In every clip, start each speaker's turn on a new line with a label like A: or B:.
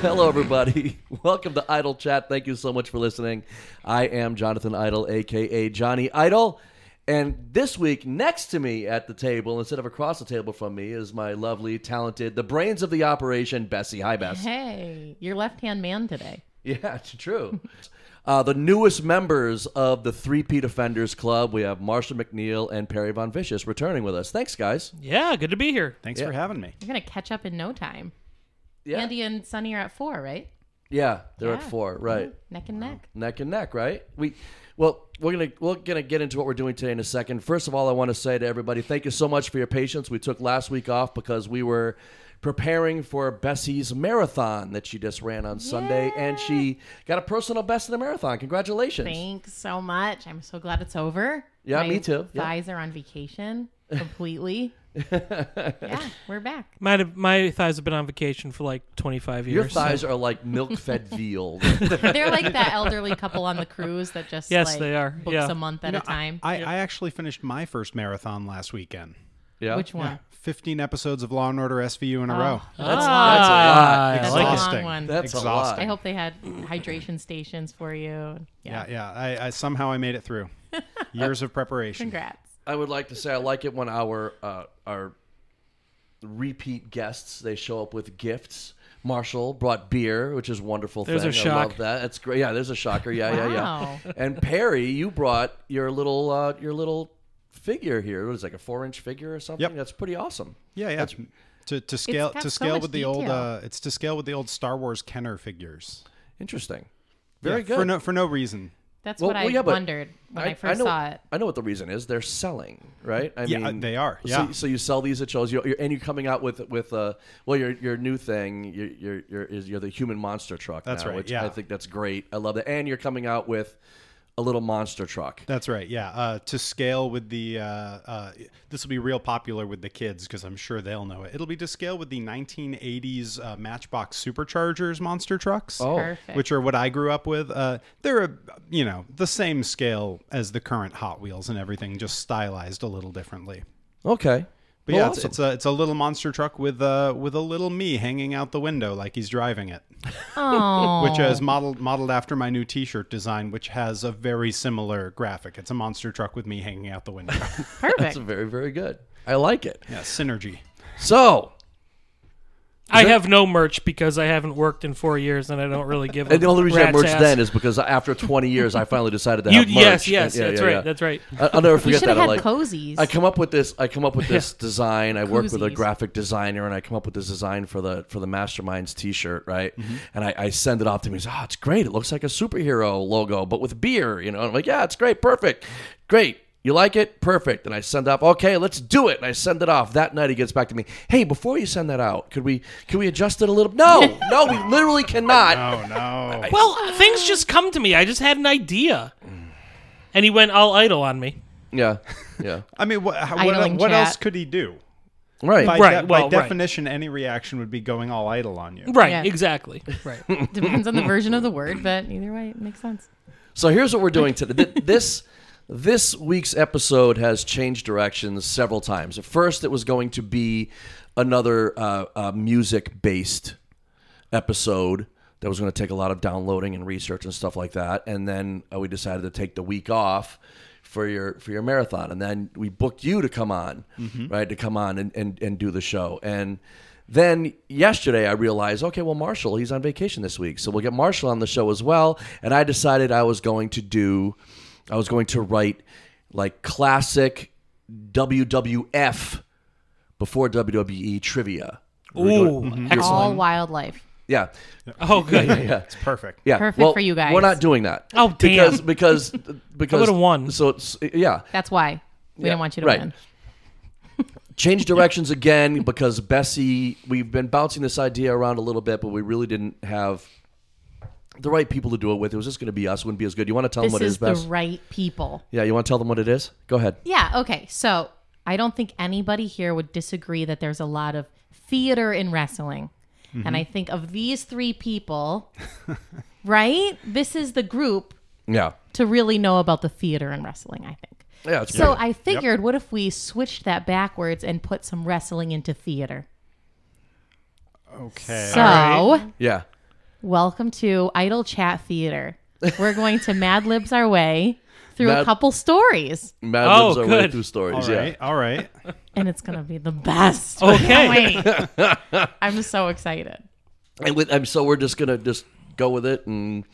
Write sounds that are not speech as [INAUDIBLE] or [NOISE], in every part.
A: Hello, everybody. [LAUGHS] Welcome to Idle Chat. Thank you so much for listening. I am Jonathan Idle, aka Johnny Idle. And this week, next to me at the table, instead of across the table from me, is my lovely, talented, the brains of the operation, Bessie. Hi, Bess.
B: Hey, you're left hand man today.
A: [LAUGHS] Yeah, it's true. [LAUGHS] Uh, the newest members of the Three Pete Offenders Club, we have Marsha McNeil and Perry Von Vicious returning with us. Thanks, guys.
C: Yeah, good to be here.
D: Thanks
A: Yeah.
D: for having me.
B: You're gonna catch up in no time.
A: Yeah,
B: Andy and Sunny are at four, right?
A: yeah, they're at
B: Yeah. Mm-hmm.
A: four, right?
B: Neck and neck.
A: neck and neck, right? We well, we're gonna we're gonna get into what we're doing today in a second. First of all, I want to say to everybody, thank you so much for your patience. We took last week off because we were preparing for Bessie's marathon that she just ran on Sunday, and she got a personal best in the marathon. Congratulations!
B: Thanks so much. I'm so glad it's over.
A: Yeah,
B: My
A: me too. Yeah.
B: Thighs are
A: [LAUGHS]
B: on vacation completely. yeah, we're back.
C: My my thighs have been on vacation for like 25 years.
A: Your
C: so-
A: thighs are like milk-fed
B: [LAUGHS]
A: veal.
B: They're like that elderly couple on the cruise that just
C: Yes,
B: like,
C: they are.
B: books
C: Yeah.
B: a month at a time.
D: I, I actually finished my first marathon last weekend.
A: yeah,
B: Which one?
D: 15 episodes of Law and Order SVU in a row.
B: Oh,
C: Ah,
D: That's
B: That's
D: like
B: a
D: this
B: long
D: thing.
B: one.
A: that's
D: Exhausting.
B: I
A: a lot.
B: hope they had hydration stations for you.
D: Yeah,
B: Yeah.
D: yeah. I, I somehow I made it
B: [LAUGHS]
D: through. Years of preparation.
B: Congrats.
A: I would like to say I like it when our uh, our repeat guests they show up with gifts. Marshall brought beer, which is a wonderful.
C: There's
A: thing.
C: a
A: I love
C: shock.
A: that. That's great. Yeah, there's a shocker. Yeah, yeah,
B: Wow.
A: yeah. And Perry, you brought your little uh, your little figure here. It was like a four inch figure or something.
D: Yep.
A: That's pretty awesome.
D: Yeah, yeah. To, to scale
B: got
D: to
B: so
D: scale
B: much
D: with the old
B: detail.
D: uh, it's to scale with the old Star Wars Kenner figures.
A: Interesting. Very
D: Yeah,
A: good.
D: For no for no reason.
B: That's
A: Well,
B: what
A: well,
B: I
A: yeah, but
B: wondered when I, first
A: know,
B: saw it.
A: I know what the reason is. They're selling, right? I
D: Yeah, they are,
A: so-
D: yeah.
A: So, you sell these at shows, you you're, and you're coming out with with uh, well, your your new thing, your your your is you're the human monster truck.
D: That's
A: now,
D: right,
A: Which
D: yeah.
A: I think that's great. I love that, and you're coming out with a little monster truck.
D: That's right. Yeah. Uh, to scale with the, uh, uh, this will be real popular with the kids because I'm sure they'll know it. It'll be to scale with the 1980s uh, Matchbox Superchargers monster trucks,
A: Oh.
B: Perfect.
D: which are what I grew up with. Uh, they're, a, you know, the same scale as the current Hot Wheels and everything, just stylized a little differently.
A: Okay,
D: But
A: Well,
D: yeah,
A: awesome.
D: it's, it's a it's a little monster truck with uh with a little me hanging out the window like he's driving it,
B: Oh,
D: which is modeled modeled after my new T-shirt design, which has a very similar graphic. It's a monster truck with me hanging out the
A: [LAUGHS]
D: window.
B: perfect.
A: that's very very good. I like it.
D: Yeah, synergy.
A: So
C: I have no merch because I haven't worked in four years and I don't really give.
A: And the only reason I merged
C: ass.
A: then is because after 20 years, I finally decided to
C: You-
A: have merch.
C: yes, yes, that's right, that's right.
A: I, will never forget
B: should
A: that.
B: have
A: I
B: had
A: like
B: cozies.
A: I come up with this. I come up with this design. I work with a
B: Koozies.
A: graphic designer, and I come up with this design for the for the Masterminds T-shirt, right?
D: Mm-hmm.
A: And I, I send it off to him. He's, oh, it's great. It looks like a superhero logo, but with beer. You know, I'm like, yeah, it's great, perfect, great. You like it? Perfect. And I send off, okay, let's do it. And I send it off. That night he gets back to me. Hey, before you send that out, could we could we adjust it a little?
D: [LAUGHS]
A: No, no, we literally cannot.
D: Oh no.
C: Well, things just come to me. I just had an idea, and he went all idle on me.
A: Yeah, yeah.
D: I mean, what, how- what,
B: Idling
D: what
B: chat.
D: else could he do?
A: Right.
D: By,
C: Right,
D: de-
C: well, right.
D: by definition, any reaction would be going all idle on you.
C: Right,
B: Yeah.
C: exactly. [LAUGHS] Right.
B: Depends
A: [LAUGHS]
B: on the version of the word, but either way, it makes sense.
A: So here's what we're doing today. Th- this this week's episode has changed directions several times. At first, it was going to be another uh, uh, music based episode that was going to take a lot of downloading and research and stuff like that. And then uh, we decided to take the week off for your for your marathon. And then we booked you to come on, right? To come on and, and, and do the show. And then yesterday I realized, okay, well Marshall, he's on vacation this week. So we'll get Marshall on the show as well. And I decided I was going to do I was going to write like classic WWF before WWE trivia.
C: Ooh,
A: Mm-hmm.
C: excellent.
B: All wildlife.
A: Yeah. [LAUGHS]
C: Oh, good.
D: It's perfect.
A: Yeah,
B: Perfect
A: well,
B: for you guys.
A: We're not doing that.
C: Oh, damn.
A: Because because
B: [LAUGHS]
A: because
C: would've won.
A: So it's yeah,
B: That's why we don't want you to
A: right.
B: win.
A: change directions again because Bessie. We've been bouncing this idea around a little bit, but we really didn't have the right people to do it with. It was just going to be us. Wouldn't be as good. You want to tell them
B: This
A: what it
B: is
A: is,
B: the
A: Bess?
B: right people.
A: yeah, you want to tell them what it is? Go ahead.
B: Yeah. Okay. So I don't think anybody here would disagree that there's a lot of theater in wrestling,
A: Mm-hmm.
B: and I think of these three people, [LAUGHS] right? This is the group
A: Yeah,
B: to really know about the theater in wrestling. I think.
A: yeah. It's
B: So
A: great.
B: I figured, what if we switched that backwards and put some wrestling into theater?
D: Okay.
B: So
C: right.
A: yeah.
B: Welcome to Idle Chat Theater. We're going to Mad Libs our way through a
A: Mad-
B: couple stories,
A: Mad
C: Oh,
A: Libs are way
C: good.
A: through stories.
D: All
A: yeah.
D: right, all right.
B: and it's going to be the best.
C: [LAUGHS] Okay.
B: I'm so excited.
A: And with and so we're just gonna just go with it and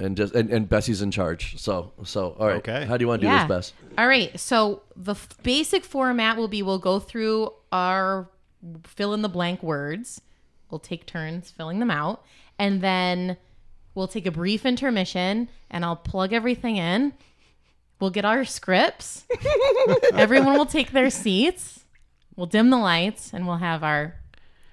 A: and just and, and Bessie's in charge. So so all right.
D: Okay.
A: How do you want to do
B: Yeah.
A: this, Bess?
B: All right. So the f- basic format will be we'll go through our fill in the blank words. We'll take turns filling them out. And then we'll take a brief intermission and I'll plug everything in. We'll get
A: [LAUGHS]
B: our scripts. Everyone will take their seats. We'll dim the lights and we'll have our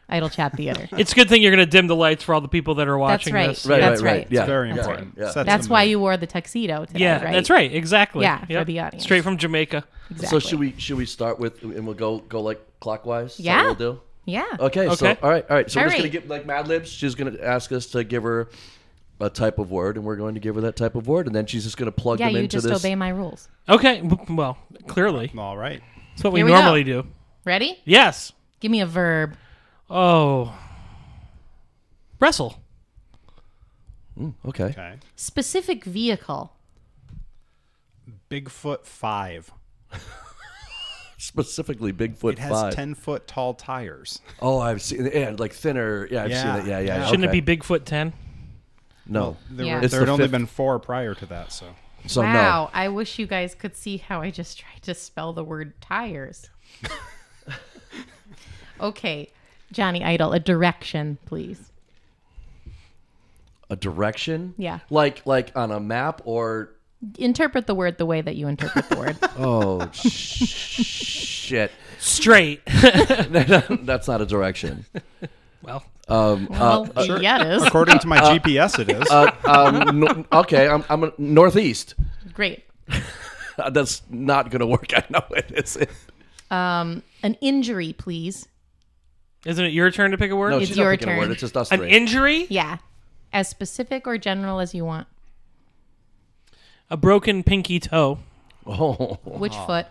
B: idle chat
C: [LAUGHS]
B: theater.
C: it's a good thing you're going to dim the lights for all the people that are watching
B: right.
C: this.
B: Right. That's
A: Yeah.
D: Very
A: yeah,
D: important.
A: yeah.
D: Sets
B: That's
D: the
B: why
D: mood.
B: you wore the tuxedo today,
C: Yeah,
B: right?
C: that's right. Exactly.
B: Yeah, for the audience.
C: Straight from Jamaica.
B: Exactly.
A: So should we should we start with and we'll go go like clockwise? Is that
B: Yeah.
A: what we'll do.
B: Yeah.
A: Okay, So
C: Okay.
A: all right. All right. So
B: All
A: we're just
B: right.
A: gonna give like Mad Libs. She's gonna ask us to give her a type of word, and we're going to give her that type of word, and then she's just gonna plug
B: Yeah,
A: them
B: you
A: into
B: just
A: this.
B: obey my rules.
C: Okay. w- Well, clearly.
D: All right.
C: That's what we
B: Here we
C: normally do.
B: Ready?
C: Yes.
B: Give me a verb.
C: Oh. Wrestle.
A: okay.
D: Okay.
B: Specific vehicle.
D: Bigfoot five.
A: Specifically, Bigfoot
D: It has
A: Five.
D: ten foot tall tires.
A: Oh, I've seen. Yeah, like thinner. Yeah, I've
D: Yeah.
A: seen it. Yeah, yeah.
D: Yeah.
C: Shouldn't
A: okay.
C: it be Bigfoot 10?
A: No.
D: There,
B: Yeah.
D: were,
A: It's
D: there
A: the
D: had only
A: fifth-
D: been four prior to that, so
A: So
B: wow, I wish you guys could see how I just tried to spell the word
A: [LAUGHS]
B: tires. okay, Johnny Idol, a direction, please.
A: no. A direction.
B: Yeah.
A: Like like on a map or
B: Interpret the word the way that you interpret
A: [LAUGHS]
B: the word.
A: oh
B: [LAUGHS]
A: sh- shit. [LAUGHS]
C: Straight. [LAUGHS]
A: That's not a direction.
C: well,
B: well,
A: uh,
B: yeah, it is.
D: according
A: [LAUGHS]
D: to my GPS, it is.
A: Um, no, okay, I'm I'm a, northeast.
B: Great.
A: [LAUGHS] That's not gonna work. [LAUGHS] I know it is.
B: An injury, please.
C: isn't it your turn to pick a word?
A: No,
B: It's
A: she's not
B: your
A: picking a
B: turn.
A: word. It's just us
C: An
A: three.
C: injury?
B: Yeah. As specific or general as you want.
C: A broken pinky toe.
A: oh,
B: Which
A: [LAUGHS]
B: foot?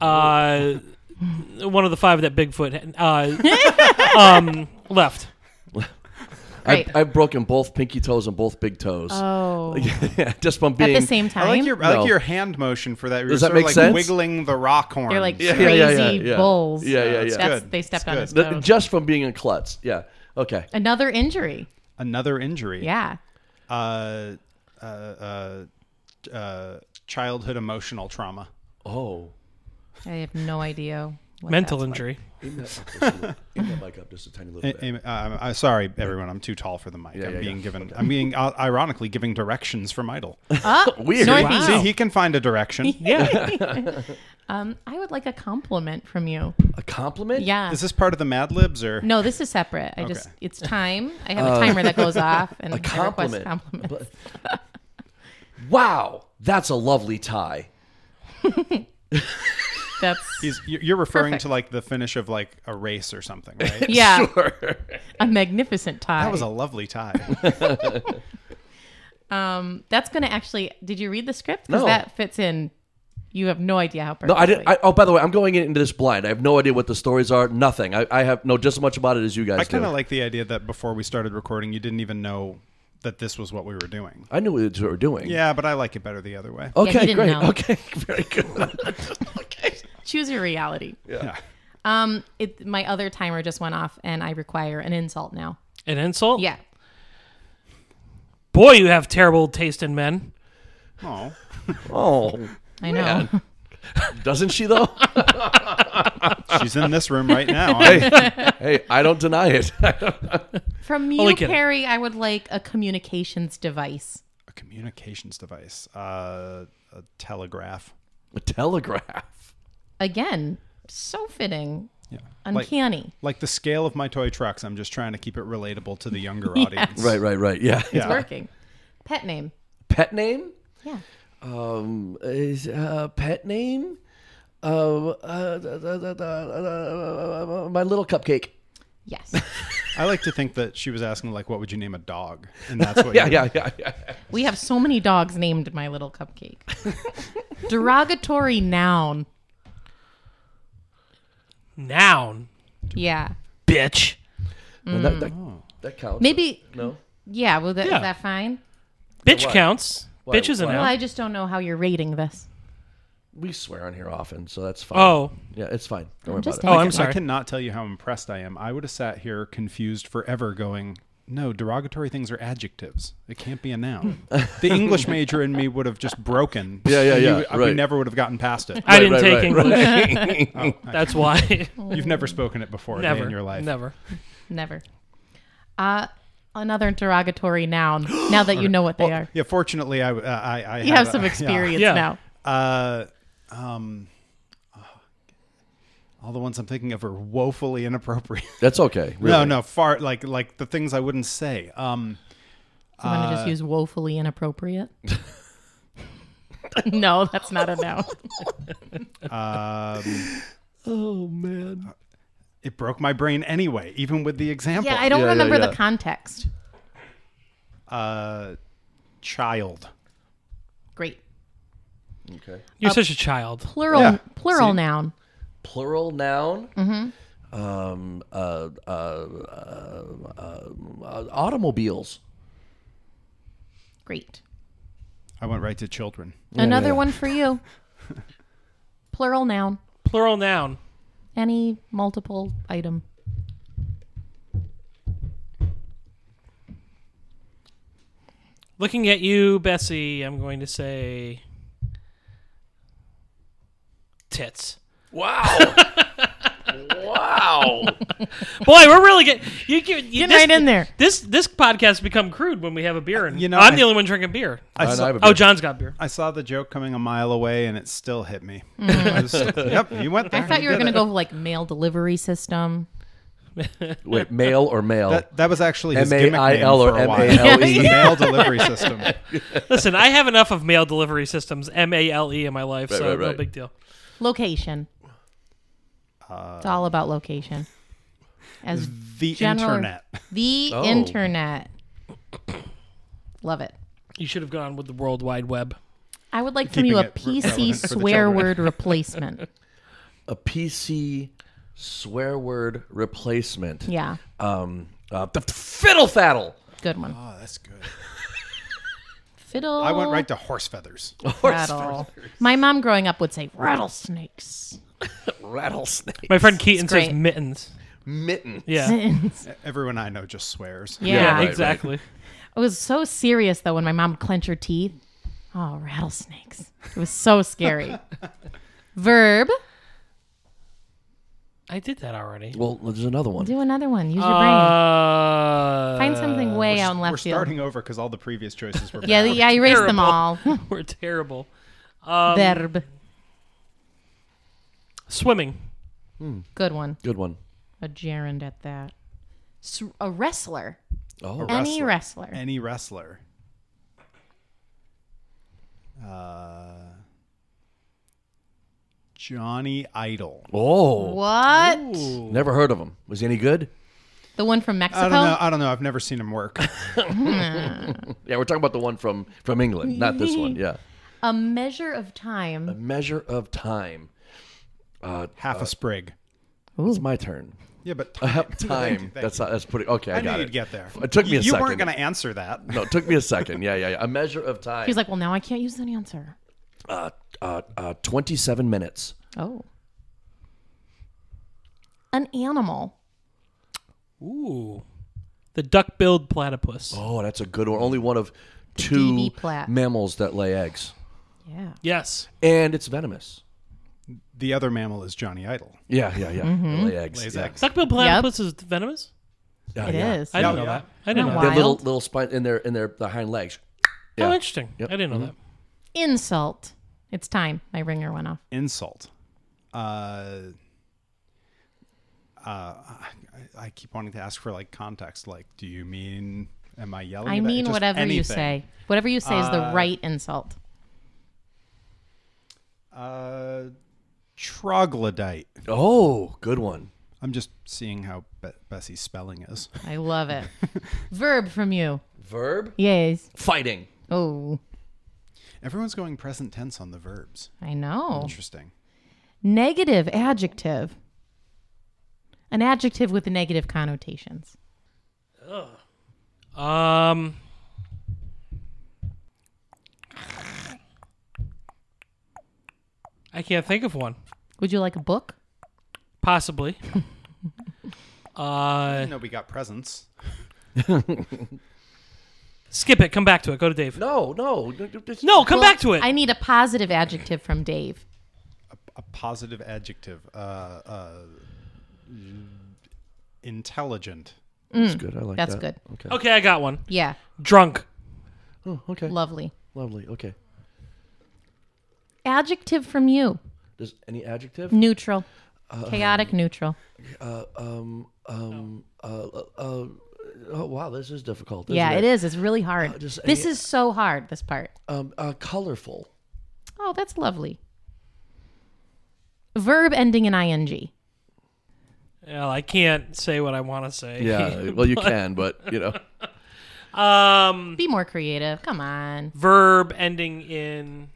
C: Uh, one of the five that Bigfoot had. Uh, [LAUGHS] um, left.
A: I,
B: Right.
A: I've broken both pinky toes and both big toes.
B: Oh.
A: [LAUGHS] just from
B: At
A: being
B: the same time.
D: I like your I
A: No.
D: like your hand motion for that. You're
A: Does that
D: sort
A: make
D: of like
A: sense?
D: wiggling the rock horn.
B: They're like
A: Yeah, yeah,
B: crazy
A: yeah, yeah.
B: bulls.
A: Yeah, yeah, yeah.
B: That's,
D: Good.
B: They stepped
D: It's
B: on
D: good.
B: his
A: Th-
B: toes.
A: just from being a klutz. Yeah. Okay.
B: Another injury.
D: another injury.
B: Yeah.
D: Uh, uh, uh, uh, childhood emotional trauma.
A: Oh.
B: I have no idea. What
C: Mental
B: that's like.
C: injury.
A: Aim that up just a little- aim that mic up just a tiny little bit.
D: Am- um, I- sorry, everyone. I'm too tall for the mic. I'm
A: yeah,
D: being
A: yeah.
D: given. I'm being uh, ironically giving directions from
B: [LAUGHS]
D: Idol.
B: Oh.
D: eh.
A: Weird.
D: [LAUGHS]
B: Northeast.
D: See, he can find a
B: [LAUGHS]
D: direction.
C: Yeah.
D: [LAUGHS]
B: Um, I would like a compliment from you.
A: A compliment?
B: Yeah.
D: Is this part of the Mad Libs or?
B: no, this is separate. I just it's time. I have a timer that
A: [LAUGHS]
B: goes off and I request
A: Uh, compliment.
B: compliments.
A: Wow, that's a lovely tie. [LAUGHS]
B: That's
D: He's, you- you're referring
B: Perfect.
D: to like the finish of like a race or
B: [LAUGHS]
D: something, right?
B: [LAUGHS] yeah, a magnificent tie.
D: That was a lovely
A: [LAUGHS]
D: tie.
B: um, that's going to actually. Did you read the script? 'Cause
A: No.
B: that fits in. You have no idea how.
A: No, I didn't. I, oh, by the way, I'm going into this blind. I have no idea what the stories are. Nothing. I, I have know just as much about it as you guys
D: I
A: do.
D: kind of like the idea that before we started recording, you didn't even know that this was what we were doing.
A: I knew what you were doing.
D: Yeah, but I like it better the other way.
A: Okay.
B: Yeah, he didn't
A: great.
B: know.
A: [LAUGHS] Okay. Very good.
D: [LAUGHS]
B: Choose your reality.
A: [LAUGHS]
D: Yeah.
B: Um, it, my other timer just went off, and I require an insult now.
C: An insult?
B: Yeah.
C: Boy, you have terrible taste in men.
D: Oh,
A: Oh,
B: I know.
A: doesn't she though?
D: she's in this room right now.
A: [LAUGHS] hey, I don't deny it. [LAUGHS]
B: From you,
C: Only kidding.
B: Perry, I would like a communications device.
D: a communications device, uh, a telegraph.
A: a telegraph.
B: Again, so fitting,
D: Yeah. Like,
B: uncanny.
D: like the scale of my toy trucks, I'm just trying to keep it relatable to the
A: [LAUGHS]
D: younger audience.
A: Right. Right. Right. Yeah.
D: Yeah.
B: It's working. Pet name.
A: Pet name?
B: Yeah.
A: Um, is uh, pet name? Uh, uh, da- da- da- da- da- da- da- my little cupcake.
B: Yes.
D: I like to think that she was asking, like, what would you name a dog? And that's what.
A: [LAUGHS] Yeah.
D: you-
A: Yeah. Yeah. Yeah.
B: we have so many dogs named My Little Cupcake. [LAUGHS] Derogatory noun.
C: Noun.
B: Yeah.
C: Bitch.
A: Mm. Well, that, that, that counts.
B: Maybe
A: No.
B: Yeah, well, that, is
C: Yeah.
B: that fine?
C: Bitch
A: what?
C: counts.
A: Why-
C: Bitch is an
A: why-
B: Well,
C: out.
B: I just don't know how you're rating this.
A: We swear on here often, so that's fine.
C: Oh,
A: yeah, it's fine. Don't worry
B: I'm just
A: about it.
C: Oh, I'm
D: I
C: sorry.
D: cannot tell you how impressed I am. I would have sat here confused forever going, no, derogatory things are adjectives. It can't be a
A: [LAUGHS]
D: noun. the English major in me would have just broken.
A: Yeah, yeah,
D: You-
A: yeah,
D: I- We
A: right.
D: never would have gotten past it.
C: I didn't
A: right,
C: take
A: right,
C: English.
B: [LAUGHS]
C: That's why.
D: You've never spoken it before a day
C: Never
D: in your life.
C: Never.
B: Never. Uh, another derogatory noun. now that you know what they
D: Well,
B: are,
D: Yeah, fortunately, I, uh, I, I
B: you have
D: a-
B: some
D: yeah.
B: experience
C: Yeah.
B: now.
D: Uh, um, all the ones I'm thinking of are woefully inappropriate. [LAUGHS]
A: That's okay. Really.
D: No, no, far like like the things I wouldn't say. Um,
B: You want to
A: Uh,
B: just use woefully inappropriate? [LAUGHS] no, that's not a noun.
D: um,
A: Oh man.
D: it broke my brain anyway, even with the example.
B: [LAUGHS] Yeah, I don't
A: Yeah, yeah,
B: remember
A: yeah.
B: the context.
D: uh, child.
B: Great.
A: Okay.
C: You're such a child.
B: Plural
D: Yeah.
B: plural
D: See?
B: noun.
A: Plural noun. Mm-hmm. Um. Uh. Uh. uh, uh automobiles.
B: Great.
D: I went right to children.
B: Another
A: yeah.
B: one for you. plural noun.
C: Plural noun.
B: Any multiple item.
C: Looking at you, Bessie, I'm going to say tits. [LAUGHS]
A: Wow. wow.
C: Boy, we're really getting you, you, you
B: Get
C: this,
B: right in there.
C: This this podcast become crude when we have a beer, and
D: You know,
C: I'm
D: I-
C: the only one drinking beer.
D: I
A: I,
D: saw,
A: have a
C: Oh,
A: beer.
C: John's got beer.
D: I saw the joke coming a mile away, and it still hit
B: [LAUGHS]
D: me. I was- yep, you went there.
B: Mm-hmm. I thought you were
D: did
B: going to
D: it.
B: go like mail delivery system.
A: Wait, male or male?
D: That, that was actually his
A: M.A.I.L. or
D: gimmick name for a while.
A: M.A.L.E..
D: It was the mail delivery system.
C: Listen, I have enough of mail delivery systems, M A L E, in my life, so
A: right,
C: no
A: right.
C: big deal.
B: Location.
A: Uh,
B: it's all about location. As
D: The
B: General-
D: internet.
B: the
A: Oh.
B: internet. Love it.
C: You should have gone with the World Wide Web.
B: I would like from you a
D: Keeping it re-
B: PC
D: relevant for the
B: swear
D: children.
B: word replacement.
A: a PC swear word replacement.
B: Yeah.
A: Um. Uh, the fiddle faddle.
B: Good one.
D: Oh, that's good.
B: Fiddle.
D: I went right to horse feathers.
B: rattle. My mom growing up would say rattlesnakes.
A: Rattlesnake.
C: My friend Keaton says
B: great.
C: mittens.
A: Mitten.
B: [LAUGHS]
C: Yeah.
B: yeah.
D: Everyone I know just swears.
C: Yeah,
A: right, right.
C: exactly.
B: It was so serious though when my mom would clench her teeth. Oh, rattlesnakes. It was so scary.
D: [LAUGHS]
B: Verb.
C: I did that already.
A: Well, there's another one.
B: Do another one. Use your brain.
C: Uh,
B: Find something way out in left
D: We're
B: field.
D: starting over because all the previous choices were
B: [LAUGHS] yeah,
D: bad.
B: yeah, I erased them
C: terrible.
D: [LAUGHS]
B: all. [LAUGHS]
C: We're terrible.
D: Um,
B: Verb.
C: Swimming.
B: Good one.
A: Good one.
B: A gerund at that. S- a wrestler.
A: Oh.
B: Any wrestler.
D: Any wrestler. Uh, Johnny Idol.
A: Oh.
B: What?
A: Never heard of him. Was he any good?
B: The one from Mexico?
D: I don't know. I don't know. I've never seen him work. [LAUGHS]
A: Yeah, we're talking about the one from from England, not this one. Yeah.
B: A measure of time.
A: Measure of time. Uh,
D: Half a sprig.
A: It's my turn.
D: Yeah, but
A: Uh,
D: Thank you,
A: time.
D: thank
A: That's
D: you.
A: that's pretty. Okay, I,
D: I, knew
A: got
D: you'd
A: it.
D: get there.
A: It took me a
D: you
A: second.
D: weren't going to answer that.
A: No, it took me a second. Yeah, yeah, yeah. A measure of time.
B: He's like, well, now I can't use that answer.
A: uh, uh, uh, twenty-seven minutes.
B: Oh. An animal.
C: Ooh. The duck-billed platypus.
A: Oh, that's a good one. Only one of two
B: DB plat.
A: mammals that lay eggs,
B: Yeah.
C: Yes.
A: and it's venomous.
D: The other mammal is Johnny Idol.
A: Yeah, yeah, yeah.
B: Mm-hmm.
A: They lay eggs.
D: Lays
A: yeah.
D: eggs.
C: Duck-billed platypus is venomous?
A: Yeah,
B: It is.
A: yeah.
C: I didn't know
D: Uh, yeah.
C: that. I didn't
B: Not
C: know
B: wild.
C: that.
A: Their little little spine in their in their the hind legs.
C: Oh,
A: Yeah.
C: interesting. I didn't know that.
B: Insult. It's time. My ringer went off.
D: Insult. Uh, uh, I, I keep wanting to ask for like context. Like, do you mean? Am I yelling?
B: I
D: about-
B: mean,
D: just
B: whatever you
D: anything.
B: say. Whatever you say is the right insult.
D: Uh, troglodyte.
A: Oh, good one.
D: I'm just seeing how Be- Bessie's spelling is.
B: I
D: [LAUGHS]
B: love it. Verb from you.
A: Verb
B: Yes.
A: fighting.
B: Oh,
D: Everyone's going present tense on the verbs.
B: I know.
D: Interesting.
B: Negative adjective. An adjective with negative connotations.
C: Um. I can't think of one.
B: Would you like a book?
C: Possibly. uh,
D: You know, we got presents.
C: skip it. Come back to it. Go to Dave.
A: No, no, no, no, it's-
C: No, come
B: Well,
C: back to it.
B: I need a positive adjective from Dave.
D: A positive adjective. Uh, uh, intelligent.
A: That's good. I like
B: Mm. That's
A: that.
B: good.
A: Okay.
C: okay, I got one.
B: Yeah,
C: Drunk.
A: Oh, okay.
B: lovely.
A: Lovely. Okay.
B: Adjective from you.
A: Does any adjective?
B: Neutral.
A: Uh,
B: Chaotic neutral.
A: Oh, wow, this is difficult.
B: Yeah,
A: isn't
B: it is. It's really hard.
A: just
B: this
A: any-
B: is so hard, this part.
A: Um, uh, colorful.
B: Oh, that's lovely. Verb ending in ing.
C: Well, I can't say what I want to
A: [LAUGHS]
C: say.
A: Yeah. Well, you can, but you know.
C: um,
B: Be more creative. Come on.
C: verb ending in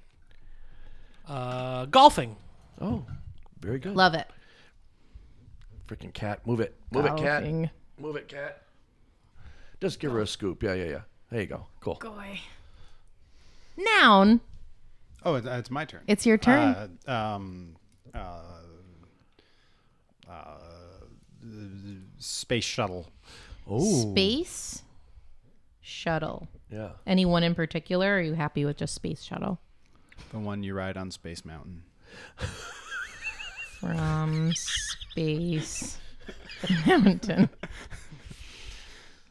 C: uh, golfing.
A: [LAUGHS] Oh, very good.
B: Love it.
A: Freaking cat, move it, move it, cat,
B: Golfing.
A: move it, cat. Just give her a scoop. Yeah, yeah, yeah. There you go. Cool.
B: Boy. Noun.
D: Oh, it- it's my turn.
B: It's your turn.
A: Ah,
D: Uh, um, uh, uh, space shuttle.
B: Space shuttle.
A: Yeah.
B: Anyone in particular? Or are you happy with just space shuttle?
D: The one you ride on Space Mountain.
B: From space mountain.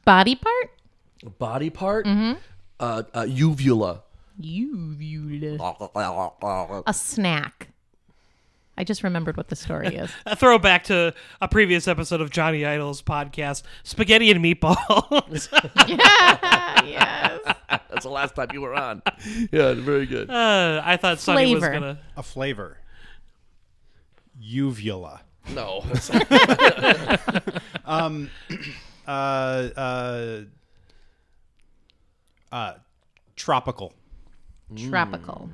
B: Body part?
A: Body part.
B: Mm-hmm.
A: Uh, uh, uvula.
B: You viewed a snack. I just remembered what the
A: [LAUGHS]
B: story is.
C: A throwback to a previous episode of Johnny Idol's podcast, Spaghetti and Meatballs. [LAUGHS]
B: yes.
A: That's the last time you were on. Yeah, very good.
C: uh, I thought Sonny was
B: Flavor.
C: going to.
D: A flavor. Uvula.
A: No.
D: Uh, uh, uh, tropical.
A: Mm.
B: Tropical.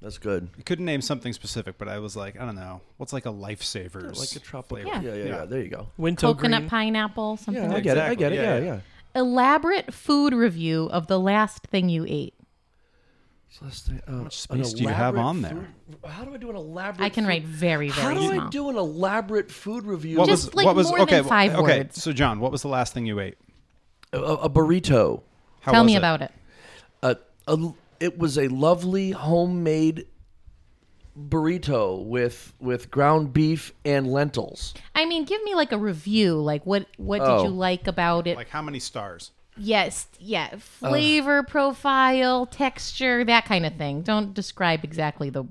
A: That's good.
D: I couldn't name something specific, but I was like, I don't know. What's like a lifesaver?
A: Like a tropical.
B: Yeah.
A: Yeah, yeah, yeah. There you go.
C: Winter
B: Coconut
C: green.
B: pineapple, something
A: Yeah, I
B: like
A: get
D: Exactly.
A: it. I get it.
D: Yeah,
A: Yeah,
D: yeah.
A: yeah.
B: Elaborate food review of the last thing you ate.
A: So let's think, uh,
D: much
A: an
D: space do you have
A: elaborate
D: on there?
A: food- how do I do an elaborate?
B: I can
A: food-
B: write very, very
A: How do
B: small.
A: I do an elaborate food review?
D: What
A: of
B: Just,
D: was,
B: like,
D: what was
B: more than
D: okay, w-
B: five
D: okay,
B: words.
D: So John, what was the last thing you ate?
A: a, a burrito.
D: How
B: Tell
D: was
B: me
D: it?
B: about it.
A: A, a, it was a lovely homemade burrito with with ground beef and lentils.
B: I mean, give me like a review. Like, what what
A: Oh.
B: did you like about it?
D: Like how many stars?
B: yes, yeah, flavor profile, texture, that kind of thing. Don't describe exactly the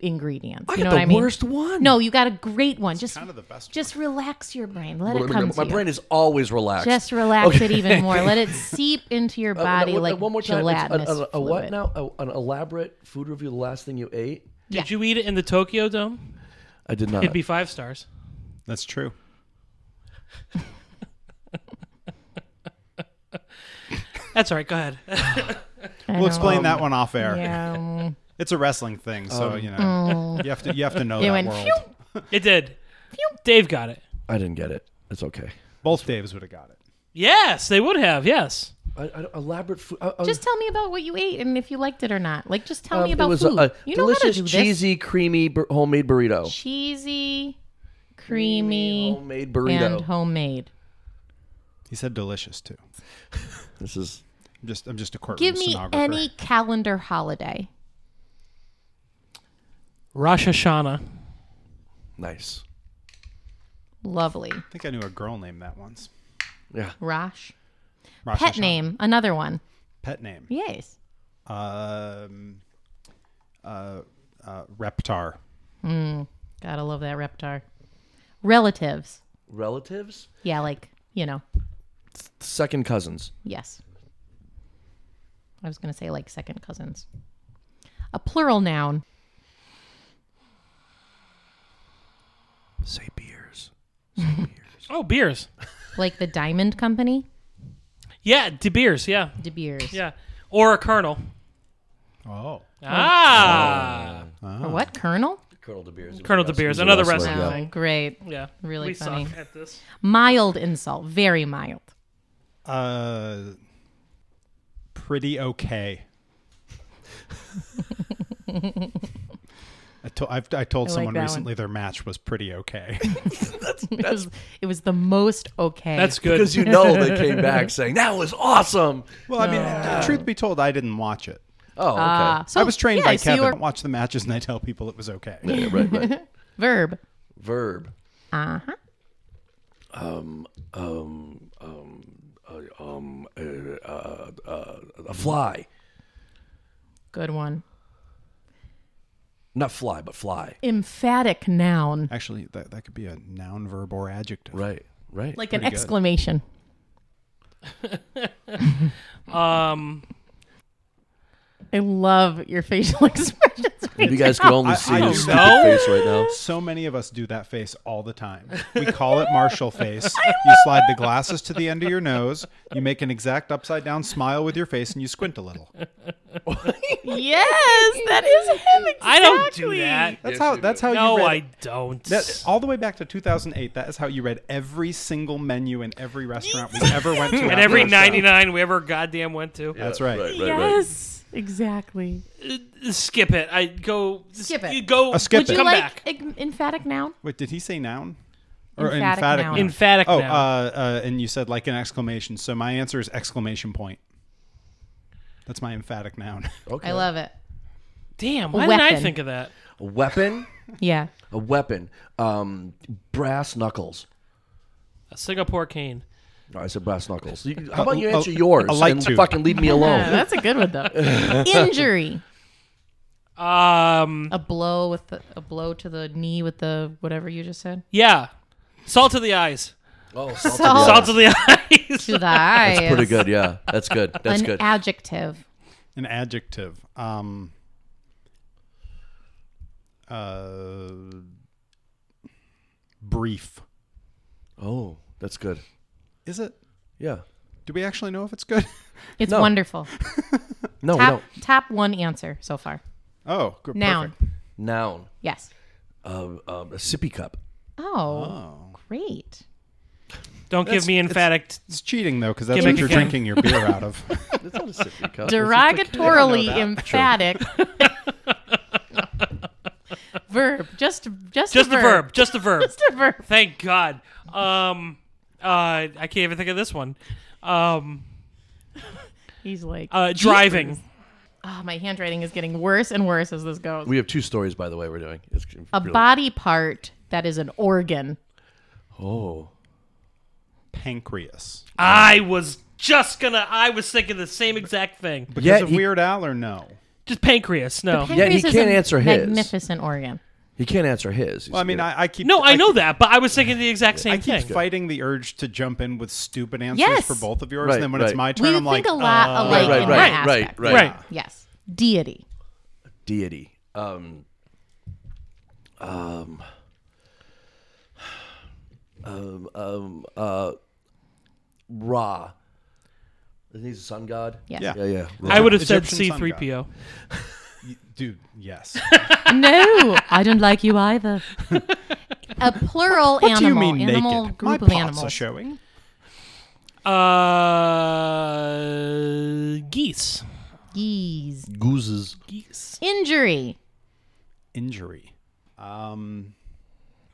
B: ingredients.
A: I
B: you
A: got
B: know
A: the
B: what I mean?
A: worst one.
B: No, you got a great one. Just
D: Kind of the best.
B: just relax your brain. Let it come to
A: My
B: you.
A: brain is always relaxed.
B: Just relax it even more.
A: [LAUGHS]
B: Let it seep into your
A: Uh,
B: body
A: one-
B: like
A: one more time. It's
B: gelatinous
A: a, a, a what
B: fluid.
A: now? A, an elaborate food review. The last thing you ate?
C: Did you eat it in the Tokyo Dome?
A: I did not.
C: It'd be five stars.
D: That's true.
C: That's all right. Go ahead. [LAUGHS]
B: I
D: We'll
B: know.
D: explain that one off air.
B: Yeah, um,
D: It's a wrestling thing, so you know you have to you have to
B: [LAUGHS]
D: know
B: it
D: that
B: went
D: world.
B: phew.
C: It did. Dave got it.
A: I didn't get it. It's okay.
D: Both Daves would have got it.
C: Yes, they would have. Yes.
A: I, I, don't- elaborate food. I, I,
B: Just tell me about what you ate and if you liked it or not. Like, just tell
A: um,
B: me about
A: it was a-
B: food.
A: A,
B: you know how to
A: delicious,
B: do this.
A: cheesy, creamy, bur- homemade burrito.
B: cheesy, creamy,
A: homemade burrito.
B: and homemade.
D: He said delicious too.
A: this is
D: I'm just I'm just a courtroom
B: Give me
D: stenographer.
B: any calendar holiday.
C: Rosh Hashanah.
A: nice.
B: Lovely.
D: I think I knew a girl named that once.
A: Yeah.
B: Rosh.
D: Rosh
B: Pet
D: Hashanah.
B: name. Another one.
D: Pet name.
B: Yes.
D: Um, uh, uh, Reptar.
B: Gotta love that Reptar. Relatives.
A: Relatives?
B: Yeah, like, you know,
A: Second cousins.
B: yes. I was gonna say like second cousins. A plural noun.
A: Say
B: [LAUGHS]
A: beers.
C: Oh, beers.
B: Like the Diamond Company.
C: Yeah, De Beers. Yeah.
B: De Beers.
C: Yeah. Or a Colonel.
D: Oh,
C: Ah.
B: Or what? Colonel?
A: Colonel De Beers.
C: Colonel De Beers, another wrestler.
B: Oh, great.
C: Yeah.
B: Really
C: we
B: funny.
C: suck at this.
B: Mild [LAUGHS] insult. Very mild.
D: Uh, pretty
B: [LAUGHS]
D: okay. I, to- I've, I told
B: I like
D: someone
B: that one.
D: recently their match was pretty okay. [LAUGHS]
B: it, was, it was the most okay.
C: That's good.
A: Because you know they came back saying that was awesome.
D: well, I mean, truth be told, I didn't watch it.
A: Oh, okay.
B: Ah, so,
D: I was trained
B: yeah,
D: by
B: so you
D: Kevin.
B: were-
D: I don't watch the matches and I tell people it was okay.
A: Yeah, right, right.
B: verb.
A: Verb. Um,
B: Uh huh.
A: uh, A fly.
B: Good one.
A: Not fly, but fly.
B: Emphatic noun,
D: Actually, that, that could be a noun, verb, or adjective.
A: Right, right.
B: like an
D: pretty good.
B: exclamation.
C: um,
B: I love your facial [LAUGHS] expressions.
A: If you guys could only
D: I-
A: see
D: I
A: your
D: don't
A: stupid
C: know.
A: face right now.
D: So many of us do that face all the time. We call it Marshall face. You slide the glasses to the end of your nose. You make an exact upside down smile with your face, and you squint a little.
B: yes, that is him. Exactly.
C: I don't do that.
D: That's how. That's how
C: No,
D: you read.
C: I don't.
D: that, all the way back to 2008. That is how you read every single menu in every restaurant we ever went to.
C: [LAUGHS] and every 99 we ever goddamn went to.
D: That's right.
A: Right, right, right.
B: Yes, exactly.
C: Uh, Skip it. I go.
B: Skip it.
C: You go.
D: A Uh, skip
C: would you
D: it.
B: Do you
C: Come
B: like
C: back.
B: em- emphatic noun?
D: Wait, did he say noun?
B: Emphatic noun. In-
C: Emphatic
D: Oh, uh,
C: now.
D: uh, and you said like an exclamation. So my answer is exclamation point. That's my emphatic noun. [LAUGHS]
A: Okay.
B: I love it.
C: Damn. Why didn't I
B: weapon.
C: think of that?
A: a weapon.
B: Yeah.
A: A weapon. Um, brass knuckles.
C: A Singapore cane.
A: No, I said brass knuckles. You- How about you
D: a-
A: answer yours
D: a light
A: and
D: tube.
A: fucking leave me
B: Yeah,
A: alone?
B: that's a good
A: [LAUGHS]
B: one though. Injury.
C: Um.
B: A blow with the, a blow to the knee with the whatever you just said.
C: Yeah. Salt to the eyes.
A: Oh, salt of
B: Salt.
A: the
C: Salt
A: earth.
C: to the [LAUGHS]
B: [LAUGHS] To
C: eyes.
B: the eyes.
A: Pretty good. Yeah, that's
B: [LAUGHS]
A: good. That's
B: An
A: good.
B: adjective.
D: An adjective. Um, uh, brief.
A: Oh, that's good.
D: Is it?
A: Yeah.
D: Do we actually know if it's good?
B: It's
A: No.
B: wonderful.
A: No,
B: Top,
A: no.
B: top one answer so far.
D: [LAUGHS] Oh, good.
B: Noun.
D: Perfect.
A: Noun.
B: Yes.
A: Um, um, a sippy cup.
B: Oh, great.
C: Don't give
D: That's-
C: me emphatic.
D: It's cheating though, because that's
C: Gimmick
D: what you're
C: again.
D: drinking your beer out of. [LAUGHS]
A: It's not a sippy [LAUGHS] cup.
B: Derogatorily emphatic. verb. Just just
C: Just
B: a
C: the verb. Just the verb.
B: Just a verb.
C: Thank God. Um. Uh. I can't even think of this one. Um.
B: He's like,
C: Uh. Driving.
B: oh, my handwriting is getting worse and worse as this goes.
A: We have two stories, by the way. We're doing. It's
B: a
A: really-
B: body part that is an organ.
A: Oh,
D: Pancreas.
C: I was just gonna. I was thinking the same exact thing.
D: Because
A: Yeah,
D: of
A: he-
D: Weird Al or no?
C: Just pancreas. No.
A: Yeah, he
B: Pancreas is
A: can't
B: a
A: answer his.
B: Magnificent organ.
A: he can't answer his.
D: Well, I mean, I, I keep.
C: No, I
D: I
C: know that, but I was thinking the exact same
D: I keep
C: thing.
D: fighting the urge to jump in with stupid answers
B: Yes.
D: for both of yours,
A: Right,
D: and then when
A: right.
D: it's my
B: We
D: turn, I'm like,
B: think a lot
D: uh,
B: alike
A: Right,
B: in
A: right,
B: that
A: right,
B: aspect.
A: right.
C: Right.
B: Yes. Deity.
A: deity. Um, um, um, um, uh, Ra. Isn't he the sun god?
B: Yes.
D: Yeah.
A: Yeah, yeah.
C: I would have said
D: Egyptian
C: C
D: sun
C: three PO.
D: dude, yes.
B: No, I don't like you either. A plural
D: What do you
B: animal.
D: mean
B: animal
D: naked?
B: group
D: my
B: of
D: parts are
B: animals.
D: showing.
C: Uh. Geese.
B: Geese.
A: Gooses.
C: Geese.
B: Injury.
D: Injury. Um,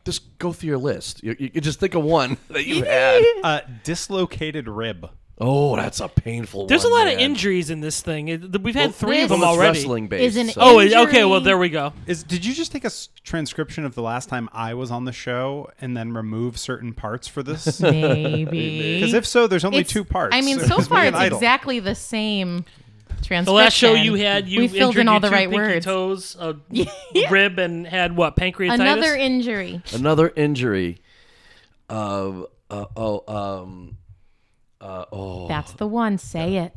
A: Just go through your list. You, you, you just think of one [LAUGHS] that you
B: [LAUGHS]
A: had.
D: uh, dislocated rib.
A: Oh, that's a painful.
C: There's a
A: one,
C: lot
A: man.
C: of injuries in this thing. It- th- We've had three of
B: this-
C: them
A: Well, it's
C: already.
A: wrestling based.
B: Is an
A: so-
C: Oh, it- okay.
B: Injury.
C: Well, there we go.
D: Is did you just take a s- transcription of the last time I was on the show and then remove certain parts for this?
B: [LAUGHS]
D: Because
B: Maybe.
D: if so, there's only
B: It's-
D: two parts.
B: I
D: [LAUGHS]
B: mean,
D: It
B: so
D: was me
B: far
D: and
B: it's
D: Idol.
B: exactly the same transcription.
C: The last show you had, you
B: we filled in all the right words.
C: Toes,
B: [LAUGHS]
C: a rib, and had what pancreatitis.
B: Another injury.
A: another injury. Of uh, oh um uh, oh
B: That's the one. Say it.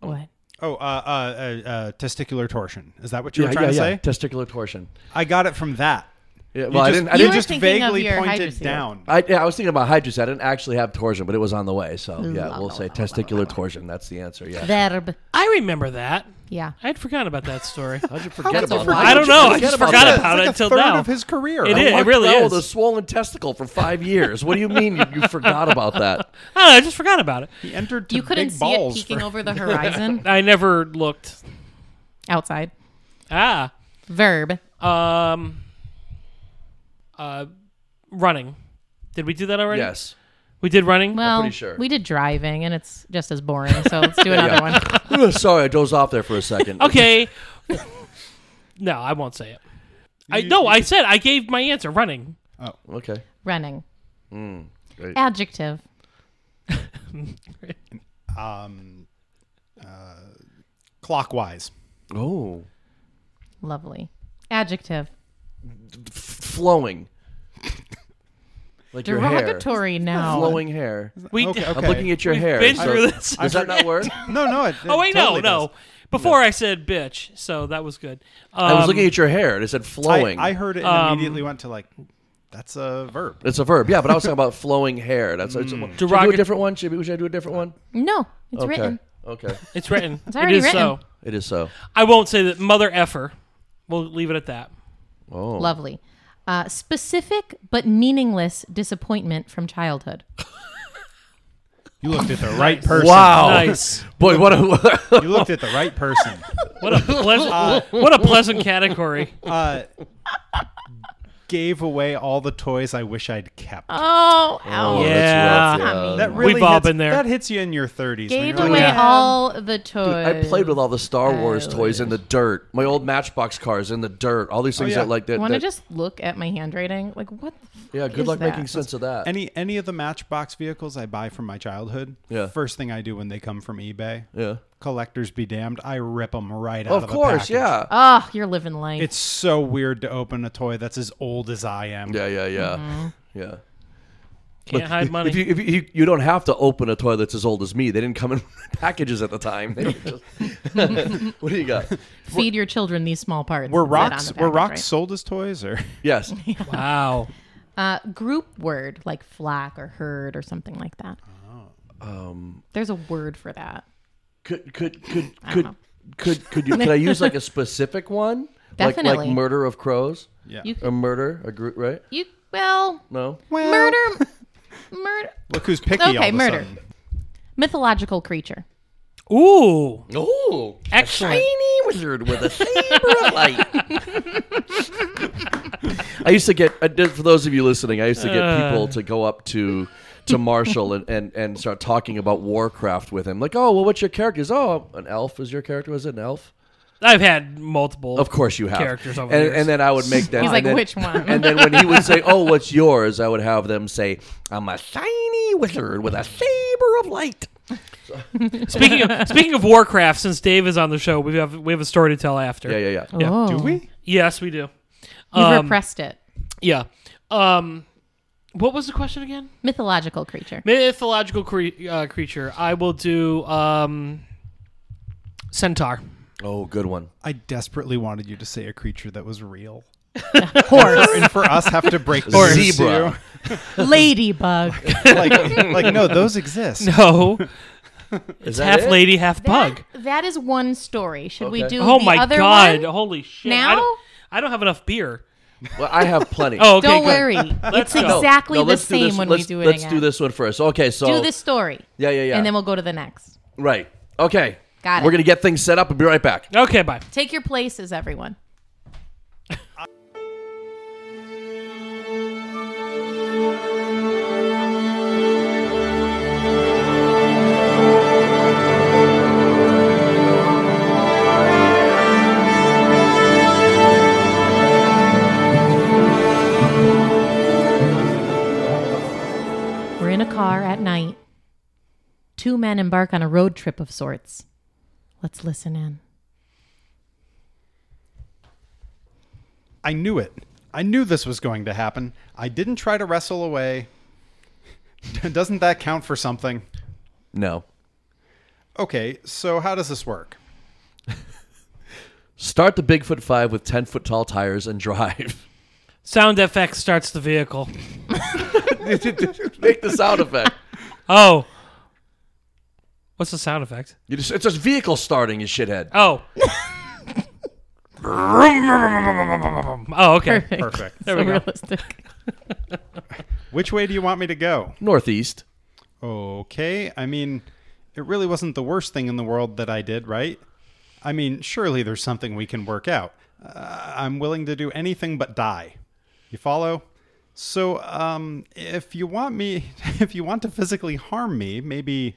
B: What?
D: Oh, uh, uh, uh, uh, testicular torsion. Is that what you
A: yeah
D: were
A: yeah
D: trying
A: yeah
D: to say?
A: testicular torsion.
D: I got it from that.
A: Yeah,
D: You
A: well,
D: just,
A: I didn't. I
B: you
D: you
A: didn't
B: were
D: just
B: thinking of
D: vaguely
B: your
D: pointed
B: hydrocele.
D: down.
A: I, yeah, I was thinking about hydrus. I didn't actually have torsion, but it was on the way. So yeah,
B: la,
A: we'll
B: la,
A: say
B: la, la,
A: testicular torsion. That's the answer. Yeah.
B: Verb.
C: I remember that.
B: Yeah.
C: I'd forgotten about
B: [LAUGHS]
C: that story.
A: How'd you forget
B: is
A: about
B: it
A: that?
B: alive?
C: I don't know. I
A: Forget
C: just
A: about
C: forgot
A: that.
D: it's
C: about
D: like
C: it
D: a
C: until
D: third
C: now.
D: of his career. I
C: It is.
D: want-
A: Walked
C: really
A: around
C: is.
A: with a swollen testicle for five years. What do you mean you, you forgot about that?
C: I don't know. I just forgot about it.
D: He entered to
B: You couldn't
D: big
B: see it
D: balls
B: peeking
D: for-
B: over the horizon
C: I never looked.
B: outside.
C: Ah.
B: Verb.
C: Um. Uh, running. Did we do that already?
A: Yes. [LAUGHS]
C: We did running.
B: Well,
A: pretty sure.
B: we did driving, and it's just as boring. So let's do
A: Yeah.
B: another
A: [LAUGHS]
B: one.
A: Sorry, I dozed off there for a second.
C: okay. [LAUGHS] no, I won't say it. I
D: You-
C: no, I said I gave my answer. Running.
A: Okay.
B: Running.
A: great.
B: Adjective.
D: um, uh, clockwise.
A: Oh.
B: Lovely. Adjective. [LAUGHS]
A: Flowing. Like your hair.
B: Derogatory now.
A: Flowing hair.
C: We.
D: Okay,
A: I'm
D: okay.
A: looking at your
C: We've
A: hair.
C: been
A: So-
C: through this.
A: Does that not work?
D: No, no. It,
C: [LAUGHS] Oh wait,
D: it totally
C: no, no.
D: does.
C: Before I said bitch, so that was good. Um,
A: I was looking at your hair and it said flowing.
D: I, I heard it and immediately went to like, that's a verb.
A: it's a verb, yeah, but I was
D: [LAUGHS]
A: talking about flowing hair. That's it's,
C: Mm.
A: should I do a
C: Derogatory-
A: different one. Should, we- should I do a different one?
B: No, it's
A: okay.
B: written.
A: Okay.
C: It's written.
B: [LAUGHS] It's already
C: It is
B: written.
C: so.
A: It is so.
C: I won't say that. Mother effer. We'll leave it at that.
A: Oh.
B: Lovely. Uh, specific but meaningless disappointment from childhood.
D: You looked at the right person.
A: Wow.
C: Nice.
A: Boy, what a [LAUGHS]
D: You looked at the right person.
C: What a pleasant.
A: Uh,
C: what a pleasant
A: [LAUGHS]
C: category.
D: Uh, gave away all the toys I wish I'd kept.
B: Oh,
A: Oh,
C: Yeah.
A: that's rough,
B: I mean-
D: that
B: We've
D: really
C: all
D: hits-
C: been there.
D: That hits you in your 30s. when
B: Gave
D: you're like,
B: away
C: Yeah.
B: all the toys.
A: I played with all the Star Wars
B: Oh.
A: toys in the dirt. My old Matchbox cars in the dirt. All these things
D: Oh, yeah.
A: that like that.
B: Want to
A: that-
B: just look at my handwriting? Like what? The fuck
A: yeah. Good
B: is
A: luck
B: that?
A: making sense of that.
D: any any of the Matchbox vehicles I buy from my childhood,
A: Yeah.
D: first thing I do when they come from eBay,
A: yeah.
D: collectors be damned, I rip them right out
A: Of
D: of
A: course.
D: the package. Uh,
A: Yeah.
B: Oh, you're living life.
D: It's so weird to open a toy that's as old as I am.
A: Yeah. Yeah. Yeah.
D: Mm-hmm.
A: Yeah.
C: Can't hide money.
A: If you, if you you don't have to open a toy that's as old as me. They didn't come in [LAUGHS] packages at the time. They were just- [LAUGHS] what do you got?
B: Feed your children these small parts.
D: Were
B: it said on the
D: rocks
B: package,
D: were rocks
B: right?
D: sold as toys or [LAUGHS]
A: Yes.
C: wow.
B: Uh, group word like flock or herd or something like that.
A: Oh.
B: Um, There's a word for that.
A: Could could could could could could you? Could I use like a specific one? Like like
B: Definitely.
A: murder of crows.
D: yeah.
B: You-
A: A murder. A group. Right.
B: You well,
A: No.
D: well,
A: [LAUGHS]
B: murder, murder,
D: Look who's picky
B: Okay,
D: all of a
B: murder.
D: sudden.
B: mythological creature.
C: Ooh.
A: Oh,
C: Excellent.
A: A shiny wizard with a saber of light. [LAUGHS] I used to get I did- for those of you listening. I used to get people to go up to to Marshall and, and, and start talking about Warcraft with him. Like, oh, well, what's your character? He's, Oh, an elf is your character. Was it an elf?
C: I've had multiple.
A: Of course you have
C: Characters over the
A: and,
C: years.
A: and then I would make that.
B: He's
A: and
B: like,
A: then-
B: "Which one?"
A: And then when he would
B: [LAUGHS]
A: say, "Oh, what's yours?" I would have them say, "I'm a shiny wizard with a saber of light."
C: Speaking [LAUGHS] of speaking of Warcraft, since Dave is on the show, we have we have a story to tell after.
A: Yeah, yeah, [LAUGHS] yeah.
C: Yeah.
B: Oh,
D: Do we?
C: Yes, we do.
B: You've
C: Um,
B: repressed it.
C: Yeah. Um, what was the question again?
B: Mythological creature.
C: Mythological cre- uh, creature. I will do um, centaur. [LAUGHS]
A: Oh, good one.
D: I desperately wanted you to say a creature that was [LAUGHS] real. Horse. and for us have to break the
A: Horse.
D: news to
A: Zebra.
D: you.
B: Ladybug.
D: like, like no, those exist.
A: [LAUGHS]
C: No,
A: Is that
C: Oh, half
A: it?
C: lady, half [LAUGHS] bug.
B: That, that is one story. Should we
A: Okay.
B: do
C: Oh
B: the
C: my
B: other
C: god!
B: one?
C: Holy shit! I
B: now?
C: don't, I don't have enough beer.
A: Well, I have [LAUGHS] plenty.
C: Oh, okay,
B: Don't
C: good.
B: worry. it's
C: Let's go.
B: exactly
A: Oh, No,
B: the
A: let's
B: same
A: this-
B: when
A: let's-
B: we do it
A: Let's
B: again.
A: do this one first. Okay, so
B: Do this story.
A: Yeah, yeah, yeah.
B: And then we'll go to the next.
A: right. Okay,
B: Got it.
A: We're gonna get things set up and be right back.
C: Okay, bye.
B: Take your places, everyone. We're in a car at night. Two men embark on a road trip of sorts. Let's listen in.
D: I knew it. I knew this was going to happen. I didn't try to wrestle away. [LAUGHS] Doesn't that count for something?
A: No,
D: Okay, so how does this work?
A: start the Bigfoot Five with ten foot tall tires and drive. [LAUGHS]
C: Sound FX starts the vehicle.
A: Make the sound effect.
C: Oh, What's the sound effect?
A: You just, it's just vehicle starting, you shithead.
C: Oh. oh, okay.
B: Perfect.
D: Perfect.
B: So
C: we go.
B: realistic.
D: Which way do you want me to go?
A: Northeast.
D: Okay. I mean, it really wasn't the worst thing in the world that I did, right? I mean, surely there's something we can work out. Uh, I'm willing to do anything but die. You follow? So, um, if you want me, [LAUGHS] if you want to physically harm me, maybe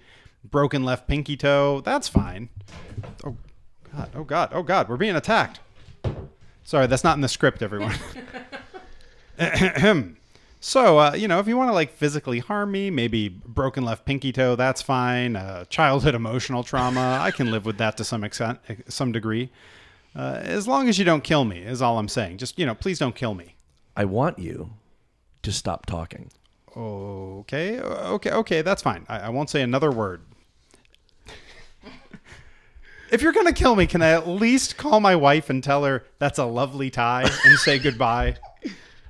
D: broken left pinky toe, that's fine. Oh, God. Oh, God. Oh, God. We're being attacked. Sorry, that's not in the script, everyone. [LAUGHS] So, uh, you know, if you want to like physically harm me, maybe broken left pinky toe, that's fine. Uh, childhood emotional trauma, I can live with that to some extent, eh, some degree. Uh, as long as you don't kill me, is all I'm saying. Just, you know, please don't kill me.
A: I want you to stop talking.
D: Okay, okay, okay, that's fine. I, I won't say another word. if you're going to kill me, can I at least call my wife and tell her that's a lovely tie and say goodbye?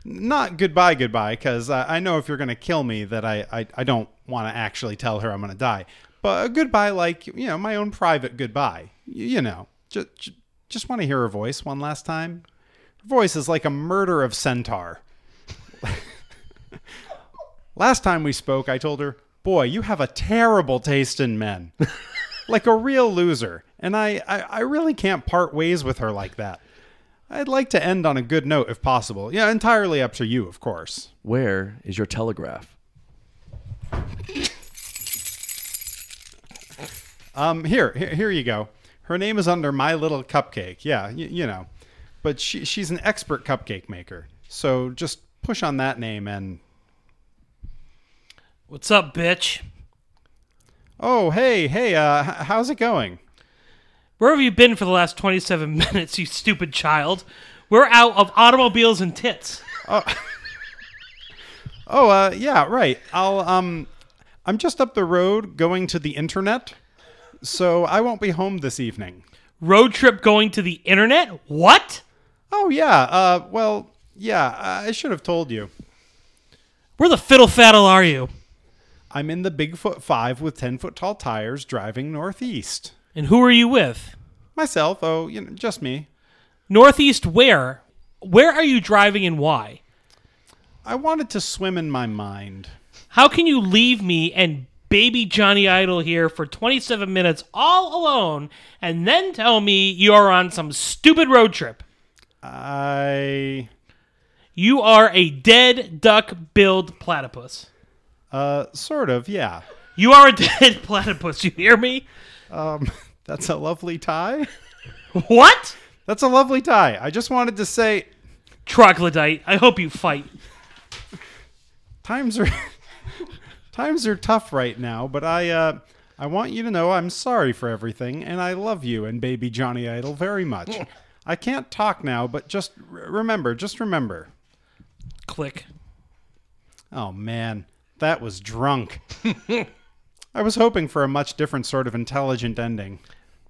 D: Not goodbye, goodbye, because I, I know if you're going to kill me, that I, I, I don't want to actually tell her I'm going to die. But a goodbye, like, you know, my own private goodbye. You, you know, just, just, just want to hear her voice one last time. Her voice is like a murder of centaur. Last time we spoke, I told her, Boy, you have a terrible taste in men. like a real loser. And I, I, I really can't part ways with her like that. I'd like to end on a good note if possible. Yeah, entirely up to you, of course.
A: Where is your telegraph?
D: Um, here, here, here you go. Her name is under My Little Cupcake. Yeah, you, you know. But she, she's an expert cupcake maker. So just push on that name and
C: What's up, bitch?
D: Oh, hey, hey, uh, h- how's it going?
C: Where have you been for the last 27 [LAUGHS] minutes, you stupid child? We're out of automobiles and tits.
D: Oh, uh, yeah, right. I'll, um, I'm just up the road going to the internet, so I won't be home this evening.
C: Road trip going to the internet? What?
D: Oh, yeah, uh, well, yeah, I should have told you.
C: Where the fiddle faddle are you?
D: I'm in the Bigfoot 5 with 10 foot tall tires driving northeast.
C: And who are you with?
D: Myself, oh, you know, just me.
C: Northeast where? Where are you driving and why?
D: I wanted to swim in my mind.
C: How can you leave me and baby Johnny Idol here for 27 minutes all alone and then tell me you're on some stupid road trip?
D: I,
C: You are a dead duck billed platypus.
D: uh, sort of, yeah.
C: You are a [LAUGHS] dead platypus, you hear me?
D: Um, that's a lovely tie.
C: What?
D: That's a lovely tie. I just wanted to say
C: Troglodyte, I hope you fight.
D: times are [LAUGHS] times are tough right now, but I uh, I want you to know I'm sorry for everything, and I love you and baby Johnny Idol very much. I can't talk now, but just r- remember, just remember.
C: Click.
D: Oh man, that was drunk. I was hoping for a much different sort of intelligent ending.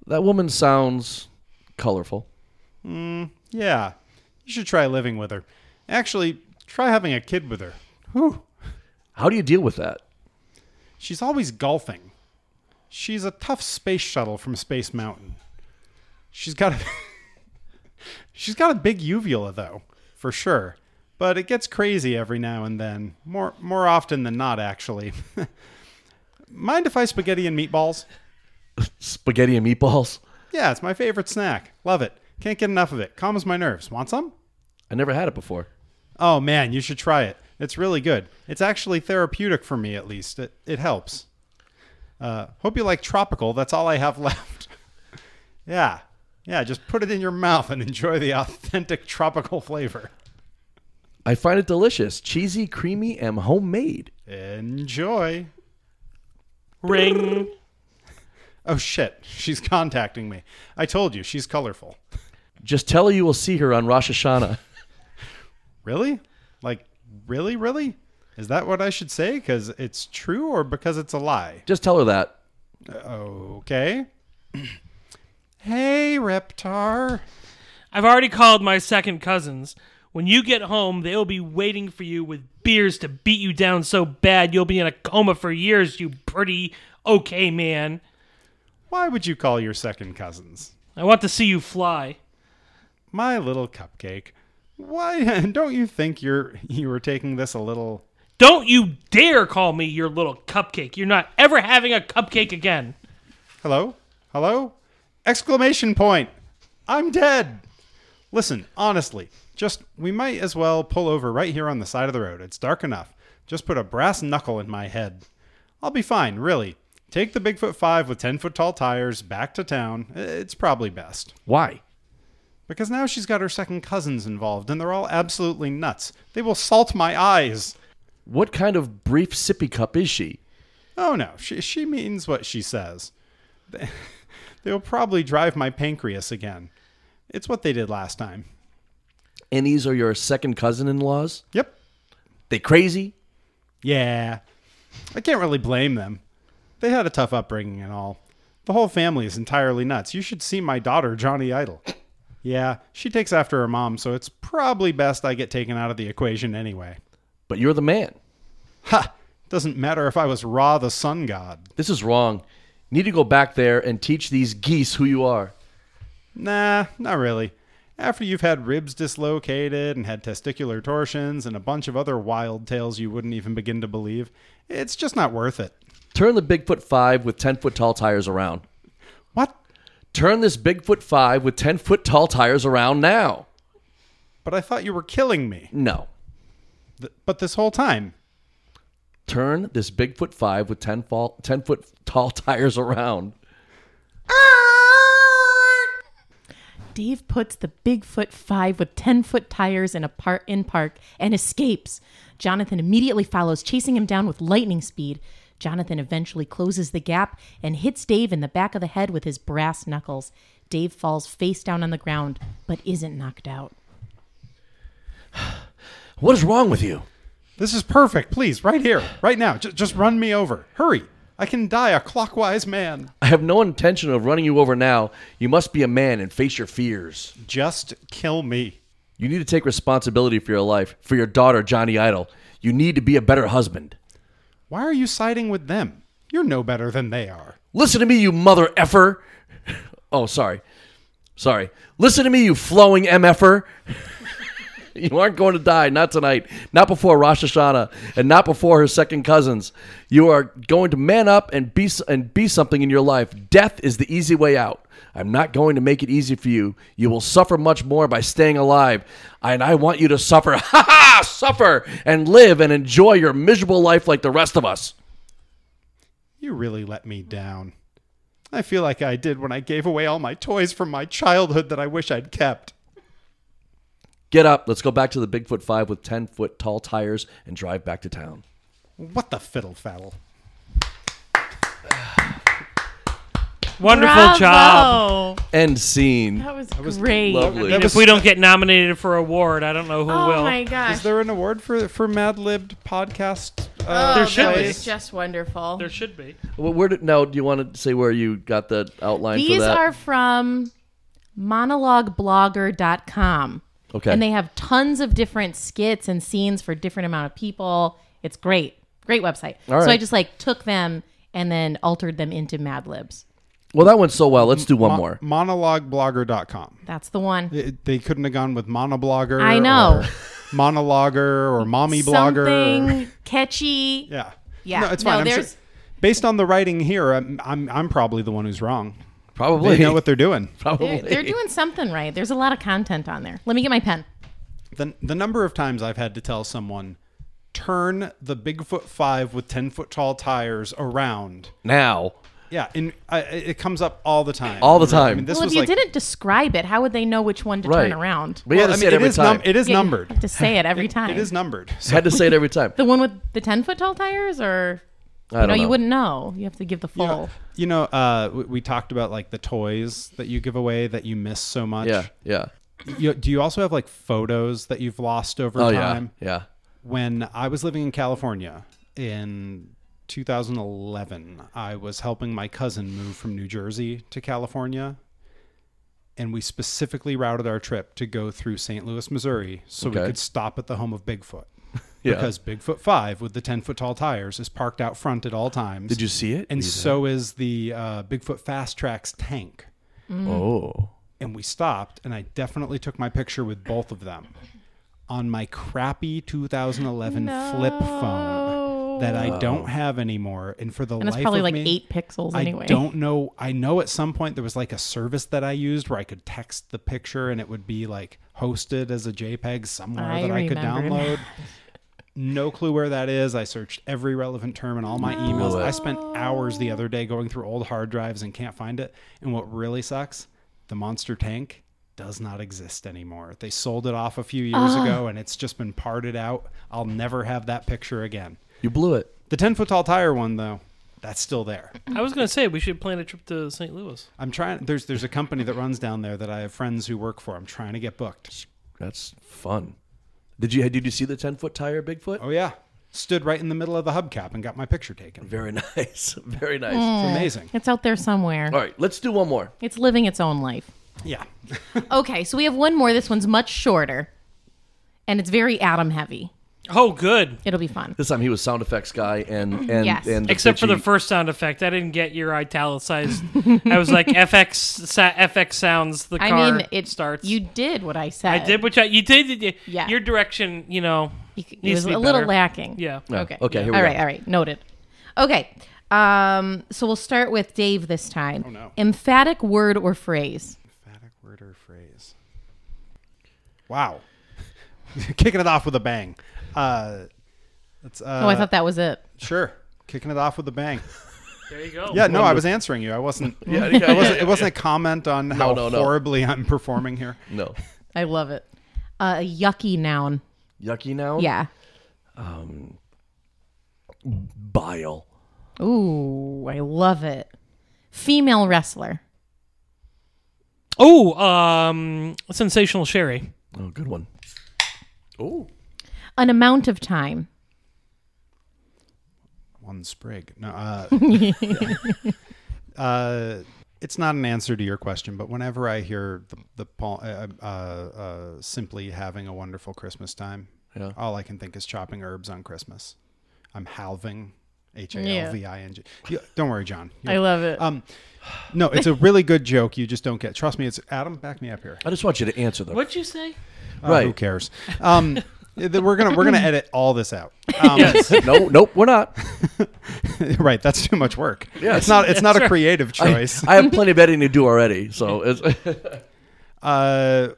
A: That woman sounds colorful.
D: Yeah, you should try living with her. Actually, try having a kid with her. Whew.
A: How do you deal with that?
D: She's always golfing. She's a tough space shuttle from Space Mountain. She's got a [LAUGHS] She's got a big uvula though, for sure. But it gets crazy every now and then. More more often than not actually. [LAUGHS] Mind if I spaghetti and meatballs?
A: Spaghetti and meatballs?
D: Yeah, it's my favorite snack. Love it. Can't get enough of it. Calms my nerves. Want some?
A: I never had it before.
D: Oh man, you should try it. It's really good. It's actually therapeutic for me, at least. It, it helps. Uh, hope you like tropical. That's all I have [LAUGHS] left. yeah. Yeah, just put it in your mouth and enjoy the authentic tropical flavor.
A: I find it delicious, cheesy, creamy, and homemade.
D: Enjoy.
C: Ring.
D: Oh shit, she's contacting me. I told you, she's colorful.
A: Just tell her you will see her on Rosh Hashanah.
D: Really? Like, really, really? Is that what I should say? Because it's true or because it's a lie?
A: Just tell her that.
D: Okay. [CLEARS THROAT] hey, Reptar.
C: I've already called my second cousins. When you get home, they'll be waiting for you with beers to beat you down so bad you'll be in a coma for years, you pretty okay man.
D: Why would you call your second cousins?
C: I want to see you fly.
D: My little cupcake. Why [LAUGHS] don't you think you're you were taking this a little
C: Don't you dare call me your little cupcake. You're not ever having a cupcake again.
D: Hello? Hello? Exclamation point. I'm dead. Listen, honestly, just we might as well pull over right here on the side of the road. It's dark enough. Just put a brass knuckle in my head. I'll be fine, really. Take the Bigfoot 5 with 10 foot tall tires back to town. It's probably best.
A: Why?
D: Because now she's got her second cousins involved, and they're all absolutely nuts. They will salt my eyes.
A: What kind of brief sippy cup is she?
D: Oh no, she she means what she says. They- [LAUGHS] They'll probably drive my pancreas again. It's what they did last time.
A: And these are your second cousin in laws?
D: Yep.
A: They crazy?
D: Yeah. I can't really blame them. They had a tough upbringing and all. The whole family is entirely nuts. You should see my daughter, Johnny Idol. Yeah, she takes after her mom, so it's probably best I get taken out of the equation anyway.
A: But you're the man.
D: Ha! Doesn't matter if I was Ra the sun god.
A: This is wrong. You need to go back there and teach these geese who you are.
D: Nah, not really. After you've had ribs dislocated and had testicular torsions and a bunch of other wild tales you wouldn't even begin to believe, it's just not worth it.
A: Turn the Bigfoot 5 with 10 foot tall tires around.
D: What?
A: Turn this Bigfoot 5 with 10 foot tall tires around now.
D: But I thought you were killing me.
A: No.
D: Th- but this whole time.
A: Turn this Bigfoot 5 with 10, fall, 10 foot tall tires around.
B: [LAUGHS] Dave puts the Bigfoot 5 with 10 foot tires in a par- in park and escapes. Jonathan immediately follows, chasing him down with lightning speed. Jonathan eventually closes the gap and hits Dave in the back of the head with his brass knuckles. Dave falls face down on the ground, but isn't knocked out.
A: What is wrong with you?
D: This is perfect. Please, right here, right now. J- just run me over. Hurry. I can die a clockwise man.
A: I have no intention of running you over now. You must be a man and face your fears.
D: Just kill me.
A: You need to take responsibility for your life, for your daughter, Johnny Idol. You need to be a better husband.
D: Why are you siding with them? You're no better than they are.
A: Listen to me, you mother effer. [LAUGHS] Oh, sorry. Sorry. Listen to me, you flowing mf'er. [LAUGHS] you aren't going to die. Not tonight. Not before Rosh Hashanah. And not before her second cousins. You are going to man up and be, and be something in your life. Death is the easy way out. I'm not going to make it easy for you. You will suffer much more by staying alive. And I want you to suffer. [LAUGHS] Ha ha! Suffer and live and enjoy your miserable life like the rest of us.
D: You really let me down. I feel like I did when I gave away all my toys from my childhood that I wish I'd kept.
A: Get up. Let's go back to the Bigfoot 5 with 10 foot tall tires and drive back to town.
D: What the fiddle faddle?
C: Wonderful
B: Bravo!
C: job.
A: End scene.
B: That was, great.
A: Lovely.
D: That
C: And if
D: was-
C: we don't get nominated for award, I don't know who
B: Oh
C: will.
B: my gosh.
D: Is there an award for for Mad Libbed podcast?
B: Oh,
D: Uh,
C: There should
B: that
C: be.
B: was just wonderful.
C: There should be.
A: Well, where did, now, do you want to say where you got the outline for
B: These
A: that?
B: are from monologueblogger.com.
A: Okay.
B: And they have tons of different skits and scenes for different amount of people. It's great. Great website.
A: All
B: So I
A: right.
B: just like took them and then altered them into Mad Libs.
A: well, that went so well. Let's do one
D: mo-
A: more.
D: monologueblogger.com.
B: That's the one.
D: It- they couldn't have gone with monoblogger.
B: I know.
D: Or monologuer or mommy blogger.
B: Something [LAUGHS] catchy.
D: Yeah.
B: Yeah.
D: No, it's
B: No,
D: fine. I'm sure-
B: there's-
D: based on the writing here, I'm, I'm I'm probably the one who's wrong.
A: Probably.
D: They [LAUGHS] know what they're doing.
A: probably.
B: They're, they're doing something right. There's a lot of content on there. Let me get my pen.
D: The the number of times I've had to tell someone turn the Bigfoot 5 with 10 foot tall tires around.
A: now.
D: Yeah, and I, it comes up all the time.
A: All the
D: You know, I
A: time.
D: mean, this
B: Well, if
D: was
B: you
D: like,
B: didn't describe it, how would they know which one to
A: Right.
B: turn around?
A: We
D: well,
A: had to
D: I
A: say
D: mean,
A: it every
D: is
A: time.
D: num- it is
B: Yeah, you have
D: numbered.
B: to say it every time.
D: [LAUGHS] It is numbered. So
A: had to say it every
B: [LAUGHS]
A: time.
B: The one with the ten foot tall tires, or
A: I
B: you
A: don't
B: know, you
A: know.
B: wouldn't know. You have to give the full.
D: You know, you know, uh, we, we talked about like the toys that you give away that you miss so much.
A: Yeah, yeah.
D: You, do you also have like photos that you've lost over
A: Oh, yeah.
D: time?
A: Yeah.
D: When I was living in California in 2011, I was helping my cousin move from New Jersey to California. And we specifically routed our trip to go through St. Louis, Missouri, so
A: Okay.
D: we could stop at the home of Bigfoot.
A: [LAUGHS] Yeah.
D: because Bigfoot 5 with the 10 foot tall tires is parked out front at all times.
A: Did you see it?
B: Mm-hmm.
D: And so is the uh, Bigfoot Fast Tracks tank.
A: Oh.
D: And we stopped, and I definitely took my picture with both of them on my crappy 2011 flip phone that I don't have anymore. And for the
B: And
D: life
B: it's probably
D: of
B: like
D: me,
B: eight pixels anyway.
D: I don't know. I know at some point there was like a service that I used where I could text the picture and it would be like hosted as a JPEG somewhere
B: I
D: that I could
B: remember
D: download.
B: [LAUGHS]
D: No clue where that is. I searched every relevant term in all my emails. I spent hours the other day going through old hard drives and can't find it. And what really sucks, the monster tank does not exist anymore. They sold it off a few
B: Ah.
D: years ago and it's just been parted out. I'll never have that picture again.
A: You blew it.
D: The 10 foot tall tire one, though, that's still there.
C: I was gonna say we should plan a trip to St. Louis.
D: I'm trying. There's there's a company that runs down there that I have friends who work for. I'm trying to get booked.
A: That's fun. Did you did you see the ten foot tire, Bigfoot?
D: Oh yeah, stood right in the middle of the hubcap and got my picture taken.
A: Very [LAUGHS] nice. Very nice.
B: Mm.
D: It's amazing.
B: It's out there somewhere.
A: All right, let's do one more.
B: It's living its own life.
D: Yeah,
B: Okay, so we have one more. This one's much shorter, and it's very atom heavy.
C: Oh, good.
B: It'll be fun.
A: This time he was sound effects guy
B: [CLEARS THROAT]
A: and and
B: Yes.
A: and
C: Except for the
A: bitchy-
C: first sound effect, I didn't get
B: [LAUGHS]
C: your italicized. I was like FX sa- FX sounds. The car
B: I mean, it
C: starts.
B: You did what I said.
C: I did what you, you did. you did-
B: Yeah.
C: Your direction, you know.
B: You c- It
C: Needs
B: was
C: to
B: a
C: be
B: little
C: better.
B: lacking.
C: Yeah.
B: Okay.
A: Oh, Okay, here we
B: All
A: go.
B: right, All right. Noted. Okay. Um, so we'll start with Dave this time. Oh
D: no.
B: Emphatic word or phrase.
D: emphatic word or phrase. Wow, [LAUGHS] kicking it off with a bang. Uh, that's uh,
B: oh, I thought that was it.
D: sure. Kicking it off with a bang.
C: There you go.
D: Yeah, no, I was answering you. I wasn't.
A: Yeah, yeah,
D: I wasn't.
A: yeah,
D: It wasn't a comment on how
A: no, no.
D: horribly I'm performing here.
A: No.
B: I love it. Uh, a yucky noun.
A: Yucky now?
B: Yeah.
A: Bile.
B: Ooh, I love it. Female wrestler.
C: Oh, um, sensational sherry.
A: Oh, good one. Oh.
B: An amount of time.
D: One sprig. No. Uh, uh, it's not an answer to your question, but whenever I hear the the Paul, uh, uh, uh, simply having a wonderful Christmas time,
A: Yeah.
D: all I can think is chopping herbs on Christmas. I'm halving, H A L V I N G. Yeah, Don't worry, John.
B: I love it.
D: Um, no, it's a really good joke. You just don't get. Trust me. It's Adam. Back me up here.
A: I just want you to answer them.
C: What'd you say?
D: Uh,
A: Right.
D: Who cares? Um, th- we're gonna we're gonna edit all this out. Um,
C: Yes.
A: no, nope, we're not.
D: [LAUGHS] right. [LAUGHS] That's too much work.
A: Yes. [LAUGHS]
D: It's not. It's not a creative choice.
A: I have plenty of editing to do
D: [LAUGHS]
A: already, so it's [LAUGHS]
D: Uh,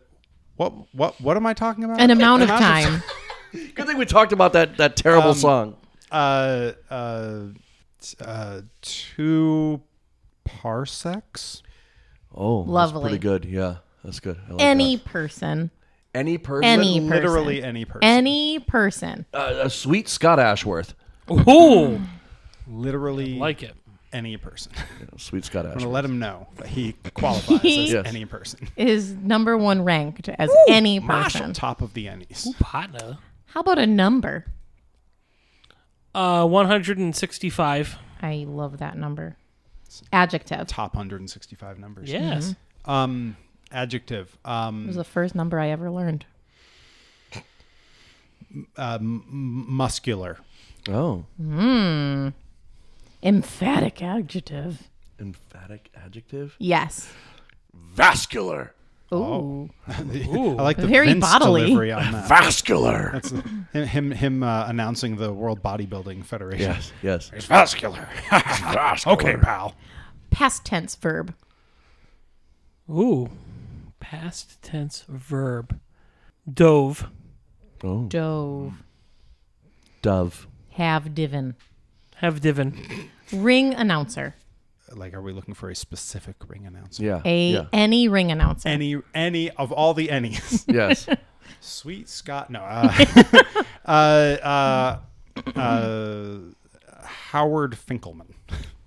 D: what what what am I talking about?
B: An amount of
D: Amount of
B: time.
A: good thing we talked about that that terrible
D: Um,
A: song.
D: Uh, uh, t- uh, two parsecs.
A: Oh, that's
B: lovely.
A: pretty good. Yeah, that's good. I like
B: Any
A: that.
B: person.
A: any person,
B: Any person.
D: Literally any person.
B: Any person.
A: uh, a sweet Scott Ashworth,
C: Ooh,
D: Literally
C: [LAUGHS] like it.
D: any person. I'm
A: sweet Scott
D: gonna
A: Ashworth.
D: let him know that
B: [LAUGHS]
D: he qualifies as
A: Yes.
D: any person.
B: Is number one ranked as any
D: [LAUGHS]
B: person.
D: Top of the Ennies.
C: Partner.
B: How about a number?
C: Uh, 165.
B: I love that number. Adjective.
D: Top 165 numbers.
C: Yes.
D: Um, adjective.
B: It
D: Um,
B: was the first number I ever learned.
D: m- muscular.
A: Oh,
B: Emphatic adjective.
A: emphatic adjective.
B: Yes.
A: Vascular,
B: Ooh.
D: I like the
B: Very
D: Vince
B: bodily.
D: delivery
B: [LAUGHS]
D: on that. [LAUGHS]
A: vascular.
D: That's him him, him uh, announcing the World Bodybuilding Federation.
A: Yes, yes.
D: It's vascular. okay, pal.
B: Past tense verb.
C: Mm-hmm. Ooh, past tense verb. Dove.
A: Oh,
B: Dove.
A: dove.
B: Have divin.
C: Have divin.
B: Ring announcer.
D: Like, are we looking for a specific ring announcer?
A: Yeah,
B: A
A: yeah.
B: any ring announcer.
D: Any, any of all the Ennies.
A: yes.
D: [LAUGHS] Sweet Scott. No. Uh, uh, uh, uh, Howard Finkelman.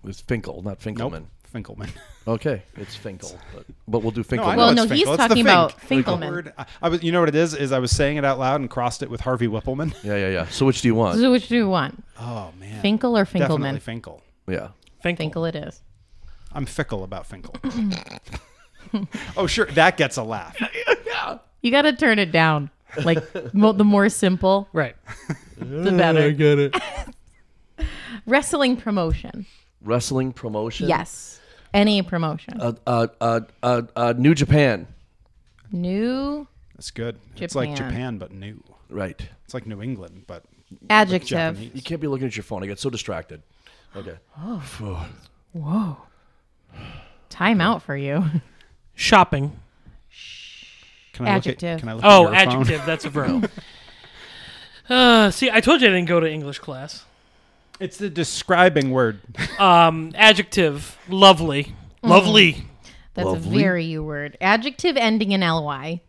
A: It's Finkel, not
D: Nope.
A: Finkelman.
D: Finkelman. Oh,
A: Okay, it's Finkel, but, but we'll do Finkel.
D: I know
B: well,
A: now.
B: no,
D: it's
B: he's
D: Finkel. It's the
B: talking about
D: Fink.
B: Finkelman.
D: Word- I, I was, you know what it is? Is I was saying it out loud and crossed it with Harvey Whippleman.
A: Yeah, yeah, yeah. So which do you want?
B: So which do you want?
D: Oh man.
B: Finkel or
D: Definitely
B: Finkelman?
D: Finkel.
A: Yeah.
C: Finkel.
B: Finkel it is.
D: I'm fickle about Finkel. [LAUGHS] oh sure, that gets a laugh.
B: [LAUGHS] You got to turn it down. Like mo- the more simple.
C: Right.
B: the better.
C: get it.
B: Wrestling promotion.
A: Wrestling promotion.
B: Yes. Any promotion.
A: Uh, uh, uh, uh, uh, New Japan.
B: New
D: That's good. It's like
B: Japan.
D: Japan, but new.
A: Right.
D: It's like New England, but
B: adjective.
D: Japanese.
A: You can't be looking at your phone. I get so distracted. Okay.
B: Whoa. Time out for you. [LAUGHS]
C: [LAUGHS] Shopping.
D: Can I look
B: Adjective.
D: at, can I look
C: Oh,
D: at your phone?
C: adjective. That's a [LAUGHS] verb. uh, see, I told you I didn't go to English class.
D: [LAUGHS] It's the describing word.
C: Um, adjective. Lovely. Lovely.
B: That's
A: Lovely.
B: a very you word. Adjective ending in ly.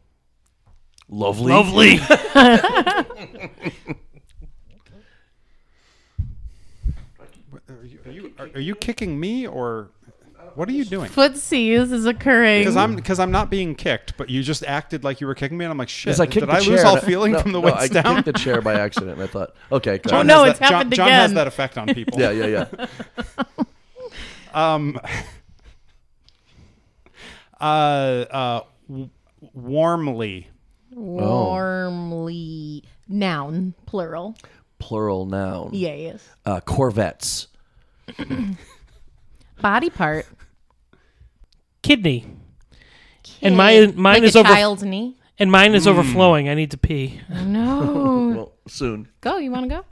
A: Lovely. [LAUGHS]
C: Lovely. [LAUGHS]
D: Are you, are, you, are, are you kicking me or what are you doing?
B: Footsies is occurring.
D: Because I'm because I'm not being kicked, but you just acted like you were kicking me, and I'm like, shit.
A: Because I kicked
D: did
A: the
D: I
A: chair.
D: lose all
A: and I-
D: feeling
A: no,
D: from the
A: no,
D: waist
A: I
D: down?
B: [LAUGHS]
A: kicked the chair by accident, and I thought, okay, good.
D: John
B: Oh, no,
D: has
B: it's
D: that,
B: happened
D: John, John has
B: again.
D: that effect on people.
A: [LAUGHS] Yeah, yeah, yeah.
D: Um. Uh. Uh. w- Warmly.
A: Oh.
B: Warmly. Noun, plural.
A: Plural noun.
B: Yes.
A: Uh, Corvettes.
B: Body part.
C: Kidney. And my- mine
B: Like
C: is
B: a
C: over-
B: child's knee.
C: And mine is overflowing. I need to pee.
A: [LAUGHS]
B: No.
A: Well, soon.
B: go. You want to go?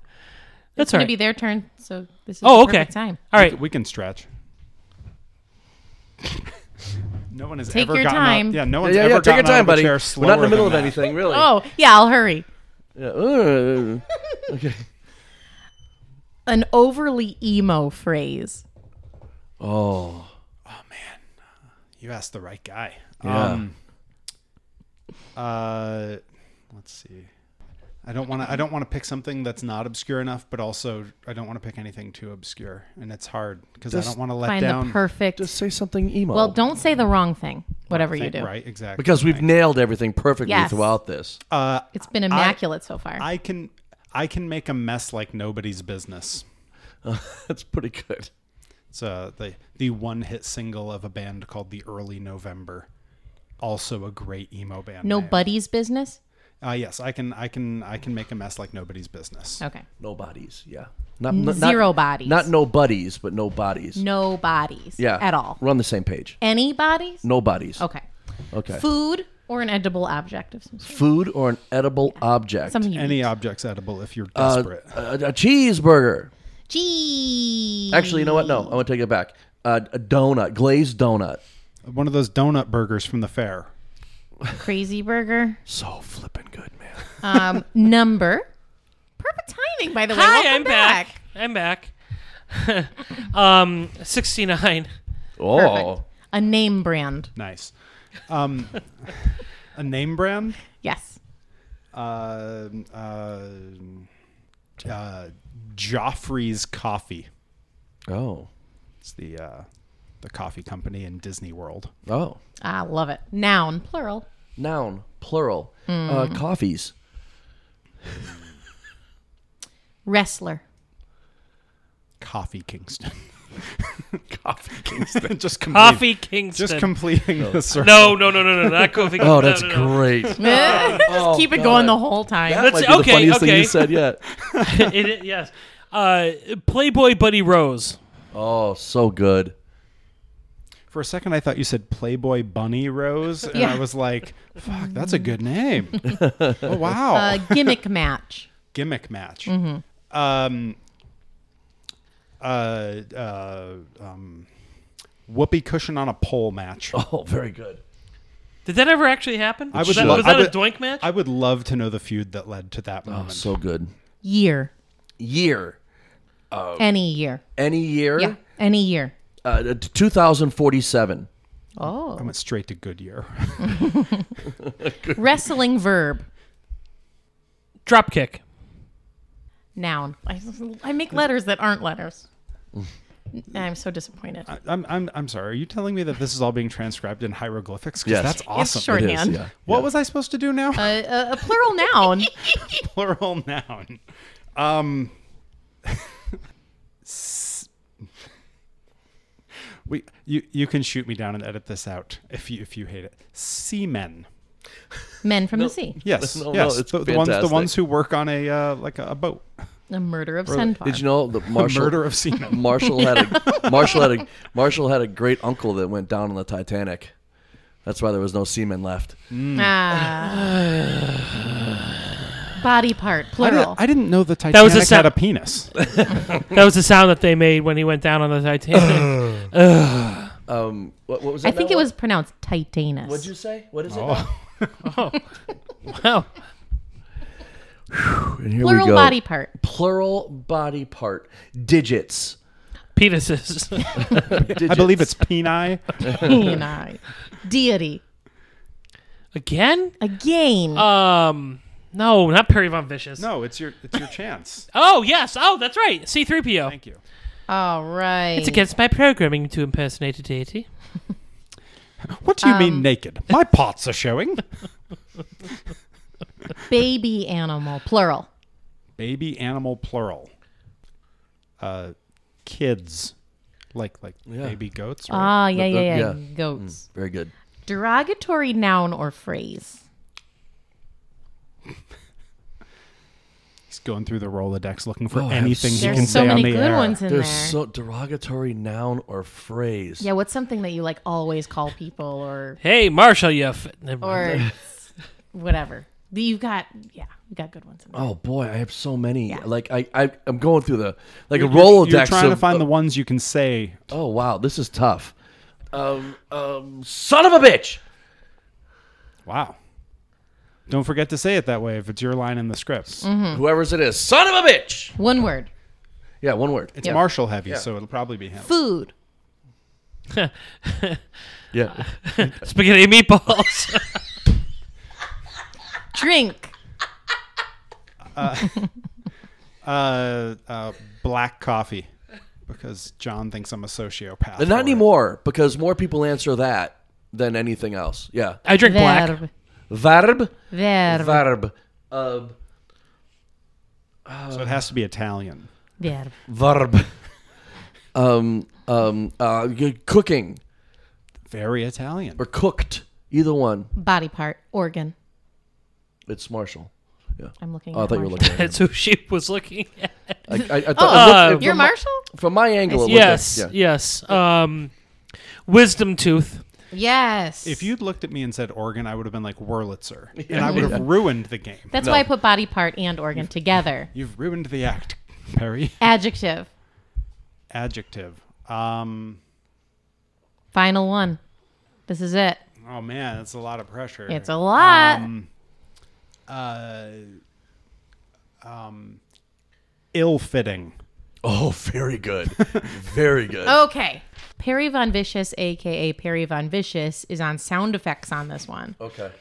C: That's
B: It's
C: all
B: gonna be
C: right.
B: their turn. So this is
C: Oh,
B: the
C: okay.
B: perfect time.
C: All right.
D: We can stretch. [LAUGHS] No one has
B: Take
D: ever
B: your
D: gotten out-
B: time.
D: yeah, no
A: Yeah,
D: one's
A: yeah,
D: ever
A: yeah. Take your
D: gotten out
A: time,
D: of a
A: buddy.
D: chair
A: We're
D: slower
A: not in the middle of
D: than that.
A: anything, really.
B: Oh yeah, I'll hurry.
A: Yeah, uh, okay.
B: An overly emo phrase.
A: Oh,
D: You asked the right guy.
A: Yeah.
D: Um, uh, let's see. I don't want to. I don't want to pick something that's not obscure enough, but also I don't want to pick anything too obscure, and it's hard because I
A: Just
D: don't want to let
B: Find
D: down.
B: the perfect.
A: just say something emo.
B: well, don't say the wrong thing. Whatever
D: thing,
B: you do,
D: right? Exactly.
A: Because we've nailed everything perfectly
B: Yes.
A: throughout this. [LAUGHS]
D: uh,
B: it's been immaculate so far.
D: I can I can make a mess like nobody's business.
A: That's pretty good.
D: It's uh, the the one hit single of a band called the Early November, also a great emo band. name.
B: Nobody's business.
D: Uh, yes, I can I can I can make a mess like nobody's business.
B: Okay.
A: No bodies. Yeah. Not, n-
B: Zero
A: not,
B: bodies.
A: Not no buddies, but no bodies.
B: No bodies.
A: yeah.
B: At all.
A: We're on the same page.
B: Any bodies?
A: No bodies.
B: Okay.
A: Okay.
B: Food or an edible object of some sort.
A: Food or an edible object.
B: Something you
D: Any object's edible if you're
A: Uh,
D: desperate.
A: a, a cheeseburger.
B: Gee.
A: Actually, you know what? No, I want to take it back. Uh, a donut, glazed donut.
D: One of those donut burgers from the fair.
B: Crazy burger.
A: So flippin' good, man.
B: Um, number. Perfect timing, by the way.
C: Hi,
B: Welcome
C: I'm back. I'm back. [LAUGHS] um, 69.
B: [LAUGHS] Perfect.
A: Oh,
B: A name brand.
D: Nice. Um, a name brand.
B: Yes.
D: Uh, uh, uh, Joffrey's Coffee.
A: oh,
D: It's the uh, the coffee company in Disney World.
A: oh.
B: I love it. Noun, plural.
A: Noun, plural.
B: Hmm.
A: Uh, coffees.
B: Wrestler.
D: Coffee Kingston. [LAUGHS]
A: Coffee.
D: just complete,
C: Coffee Kingston.
D: Just completing the circle.
C: no, no, no, no, no. Not
D: [LAUGHS]
C: coffee.
A: Oh, that's
C: no, no, no.
B: [LAUGHS]
A: great.
B: Just
A: [LAUGHS] Oh,
B: keep it
A: God.
B: going the whole time.
A: That might
C: Let's-
A: be the
C: okay,
A: funniest thing
C: okay.
A: you said
B: [LAUGHS]
A: yet.
C: [LAUGHS] It is- yes. Uh, Playboy Buddy Rose.
A: Oh, so good.
D: For a second, I thought you said Playboy Bunny Rose, and
B: Yeah.
D: I was like, "Fuck, that's a good name." oh wow,
C: Uh,
B: A gimmick match.
D: gimmick match. Um, uh, uh, um, whoopee cushion on a pole match.
A: [LAUGHS] Oh, very good.
C: Did that ever actually happen?
D: I
C: was
D: would
C: that,
D: love-
C: was
D: I
C: that
D: would-
C: a doink match?
D: I would love to know the feud that led to that
A: Oh,
D: moment.
A: so good.
B: Year.
A: Year.
B: Any year.
A: Any Oh. year.
B: Yeah. Any year.
A: Uh, t- 2047.
D: I
B: Oh.
D: went straight to Goodyear.
B: [LAUGHS]
D: [LAUGHS]
B: Wrestling verb.
C: Drop kick.
B: Noun. I, I make letters that aren't letters.
A: Mm.
B: I'm so disappointed.
D: I- I'm, I'm, I'm sorry. Are you telling me that this is all being transcribed in hieroglyphics? 'Cause
A: Yes.
D: that's
A: It's
D: awesome.
B: short.
A: It is,
B: Shorthand.
A: yeah.
D: What was I supposed to do now?
B: A, a, a plural
A: [LAUGHS]
B: noun.
D: Plural [LAUGHS] noun. Um, [LAUGHS] s- we you you can shoot me down and edit this out if you if you hate it. Seamen.
B: Men from the Sea,
D: Yes,
A: [LAUGHS] No, no,
D: yes.
A: it's
D: the, the ones the
A: fantastic.
D: ones who work on a uh, like a, a boat.
B: a murder of Sun Farm.
A: Did you know
B: [LAUGHS]
A: the Marshall?
D: Murder of
C: [LAUGHS]
D: seamen.
A: Marshall had a Marshall had a Marshall had a great uncle that went down on the Titanic. That's why there was no seamen left. [SIGHS]
B: Ah. Body part,
D: I, did,
B: plural.
D: I didn't know the Titanic
C: was a
D: had
C: sep-
D: a
C: [LAUGHS]
D: penis.
C: That was the sound that they made when he went down on
D: [LAUGHS]
C: the Titanic. [LAUGHS]
A: Um, what, what was
B: I
A: that?
B: think
A: now?
B: it was pronounced Titanus.
A: What'd you say? What is it? now?
D: Oh,
C: wow.
A: And here
B: plural body part.
A: Plural body part. Digits.
C: Penises. [LAUGHS]
A: Digits.
D: I believe it's peni.
B: Peni. Deity.
C: Again?
B: Again.
C: Um, no, not Perry Von Vicious.
D: No, it's your it's your chance.
C: Oh, yes. Oh, that's right. C3PO. [LAUGHS]
D: Thank you.
B: All right.
C: It's against my programming to impersonate a deity.
D: What do you
C: Um,
D: mean naked? My pots are showing.
B: baby animal, plural.
D: Baby animal plural. Uh, kids, like like baby goats. Right?
B: Ah, yeah, yeah,
A: uh,
B: yeah.
A: yeah.
B: Goats.
A: Very good.
B: Derogatory noun or phrase.
D: He's going through the rolodex looking for
A: Oh, I have
D: anything
A: so
D: he can
B: There's so
D: say
B: many
D: on the
B: good
D: air.
B: ones in
A: There's
B: there.
A: so derogatory noun or phrase.
B: yeah, what's something that you like always call people or
C: Hey, Marshall, you. F- Never mind.
B: or whatever? You've got yeah, you got good ones in there.
A: Oh boy, I have so many. Like I, I, I'm going through the like a
D: You're-
A: rolodex.
D: You're trying
A: of, uh,
D: to find the ones you can say.
A: Oh wow, this is tough. Um, um, son of a bitch.
D: Wow. Don't forget to say it that way if it's your line in the script.
B: Mm-hmm. Hmm.
A: Whoever's it is, son of a bitch.
B: One word.
A: Yeah, one word.
D: It's Marshall heavy, so it'll probably be him.
B: Food.
A: [LAUGHS] Yeah,
C: Spaghetti and meatballs. [LAUGHS]
B: Drink.
D: Uh, uh, black coffee, because John thinks I'm a sociopath.
A: But
D: for
A: not
D: it.
A: anymore because more people answer that than anything else. Yeah,
C: I drink black.
B: Verb.
A: verb,
B: Verb.
A: verb, uh,
D: So it has to be Italian.
B: Verb.
A: verb. Um, um, uh, g- cooking
D: Very Italian.
A: or cooked, either one.
B: Body part. Organ.
A: It's Marshall.
B: I'm looking.
A: Oh, I
B: at
A: thought you were
B: Marshall.
A: looking. At him.
C: That's who she was looking at.
A: I, I, I thought,
C: Oh,
A: I looked-
B: [LAUGHS] You're
A: from my-
B: Marshall?
A: From my angle, it looked
C: Yes,
A: like- yeah.
C: yes. Um, wisdom tooth.
B: Yes.
D: If you'd looked at me and said Oregon, I would have been like Wurlitzer, and I would have ruined the game.
B: That's
A: No.
B: why I put body part and
D: [LAUGHS]
B: organ together.
D: You've ruined the act, Perry.
B: Adjective.
D: Adjective. Um.
B: Final one. This is it.
D: Oh man, that's a lot of pressure.
B: It's a lot.
D: Um, uh, um, ill-fitting.
A: Oh, very good, very good.
B: [LAUGHS] Oh. okay. Perry Von Vicious, aka Perry Von Vicious, is on sound effects on this one.
A: Okay.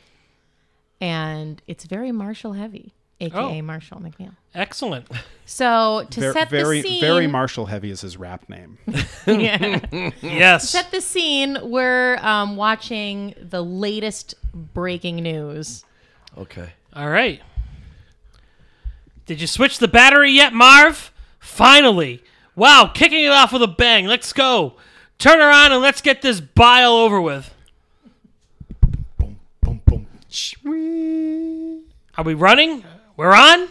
B: And it's very Marshall heavy, aka
C: Oh.
B: Marshall McNeil.
C: [LAUGHS] Excellent.
B: So to
D: Ver-
B: set
D: very,
B: the scene
D: very Marshall heavy is his rap name.
B: [LAUGHS]
D: [LAUGHS]
B: Yeah.
C: Yes.
B: set the scene, we're um, watching the latest breaking news.
A: Okay.
C: All right. Did you switch the battery yet, Marv? Finally. Wow, kicking it off with a bang. Let's go. Turn her on and let's get this bile over with. Are we running? We're on?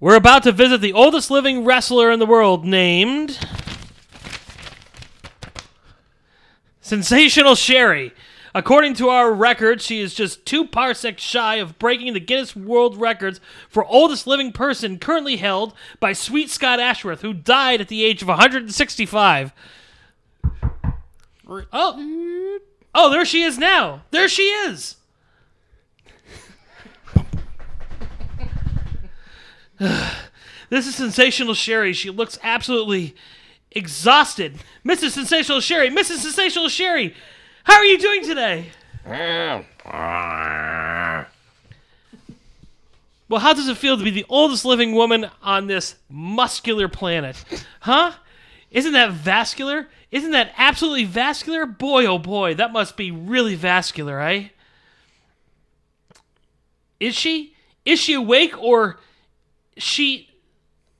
C: We're about to visit the oldest living wrestler in the world named. Sensational Sherry. According to our record, she is just two parsecs shy of breaking the Guinness World Records for oldest living person currently held by Sweet Scott Ashworth, who died at the age of 165. Oh, oh, there she is now. There she is. [SIGHS] this is Sensational Sherry. She looks absolutely exhausted. Mrs. Sensational Sherry, Mrs. Sensational Sherry, how are you doing today? Well, how does it feel to be the oldest living woman on this muscular planet? Huh? Isn't that vascular? Isn't that absolutely vascular? Boy, oh boy, that must be really vascular, eh? Is she? Is she awake or she.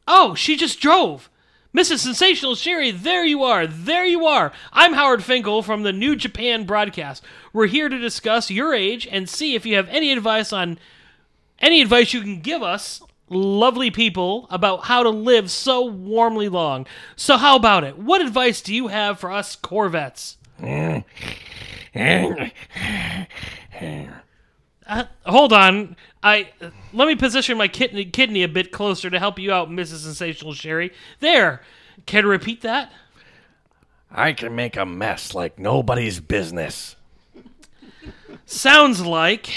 C: Oh, she just drove. Mrs. Sensational Sherry, there you are. There you are. I'm Howard Finkel from the New Japan broadcast. We're here to discuss your age and see if you have any advice on any advice you can give us, lovely people, about how to live so warmly long. So, how about it? What advice do you have for us Corvettes? Uh, hold on. I let me position my kidney kidney a bit closer to help you out, Mrs. Sensational Sherry. There. Can I repeat that?
A: I can make a mess like nobody's business.
C: Sounds like.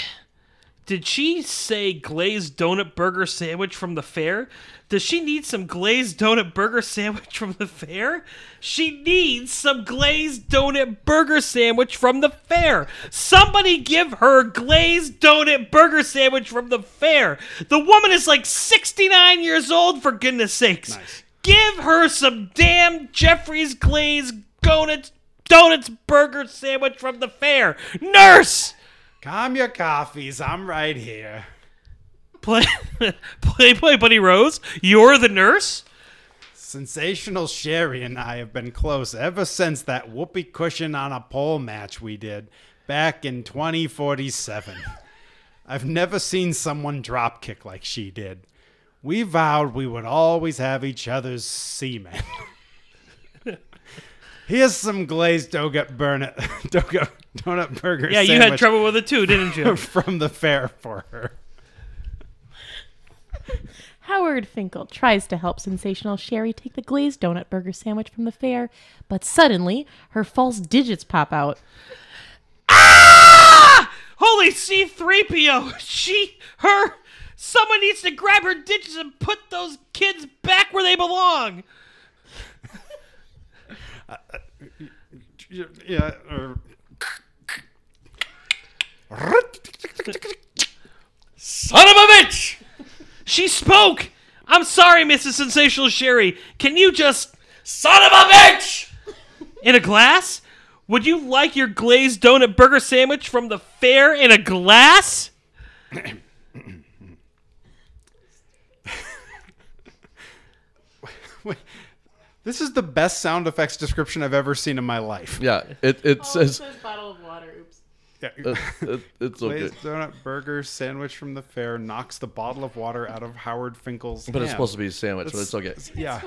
C: Did she say glazed donut burger sandwich from the fair? Does she need some glazed donut burger sandwich from the fair? She needs some glazed donut burger sandwich from the fair. Somebody give her glazed donut burger sandwich from the fair. The woman is like 69 years old, for goodness sakes. Give her some damn Jeffrey's glazed donuts, donuts burger sandwich from the fair. Nurse!
D: Calm your coffees. I'm right here.
C: Play, [LAUGHS] play, play, Buddy Rose. You're the nurse.
D: Sensational Sherry and I have been close ever since that whoopee cushion on a pole match we did back in 2047. I've never seen someone drop kick like she did. We vowed we would always have each other's semen. Here's some glazed donut burner, [LAUGHS] donut, donut burger.
C: Yeah, you had
D: sandwich
C: trouble with it too, didn't [LAUGHS]
D: [LAUGHS]
C: you?
D: from the fair for her.
B: Howard Finkel tries to help sensational Sherry take the glazed donut burger sandwich from the fair, but suddenly her false digits pop out.
C: Holy C3PO! She, her, someone needs to grab her ditches and put those kids back where they belong.
D: Yeah. Or...
C: Son of a bitch! She spoke! I'm sorry, Mrs. Sensational Sherry. Can you just. Son of a bitch! In a glass? Would you like your glazed donut burger sandwich from the fair in a glass?
D: This is the best sound effects description I've ever seen in my life.
A: Yeah, it, it says
B: bottle of water. Oops.
D: Yeah.
E: Uh,
A: it, it's okay.
D: Glazed donut burger sandwich from the fair knocks the bottle of water out of Howard Finkel's.
A: But it's supposed to be a sandwich, but it's okay.
D: Yeah.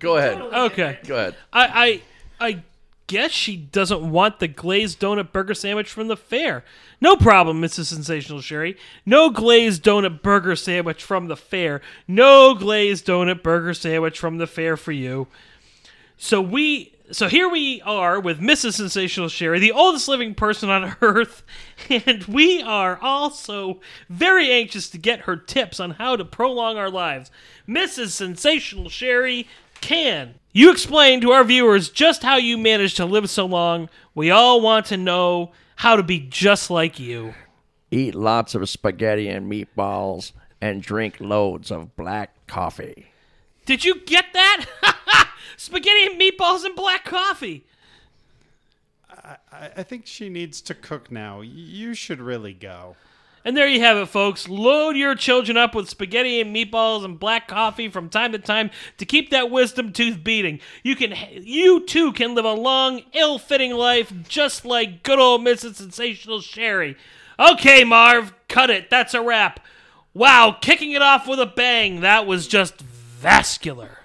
A: Go ahead.
C: Okay.
A: Go ahead.
C: I, I, I guess she doesn't want the glazed donut burger sandwich from the fair. No problem, Mrs. Sensational Sherry. No glazed donut burger sandwich from the fair. No glazed donut burger sandwich from the fair for you. So we, so here we are with Mrs. Sensational Sherry, the oldest living person on [LAUGHS] Earth, and we are also very anxious to get her tips on how to prolong our lives. Mrs. Sensational Sherry can. You explain to our viewers just how you manage to live so long. We all want to know how to be just like you.
F: eat lots of spaghetti and meatballs, and drink loads of black coffee.
C: Did you get that? [LAUGHS] Spaghetti and meatballs and black coffee.
D: I, I think she needs to cook now. You should really go.
C: And there you have it, folks. Load your children up with spaghetti and meatballs and black coffee from time to time to keep that wisdom tooth beating. You can, you too, can live a long, ill-fitting life just like good old Mrs. Sensational Sherry. Okay, Marv, cut it. That's a wrap. Wow, kicking it off with a bang. That was just vascular.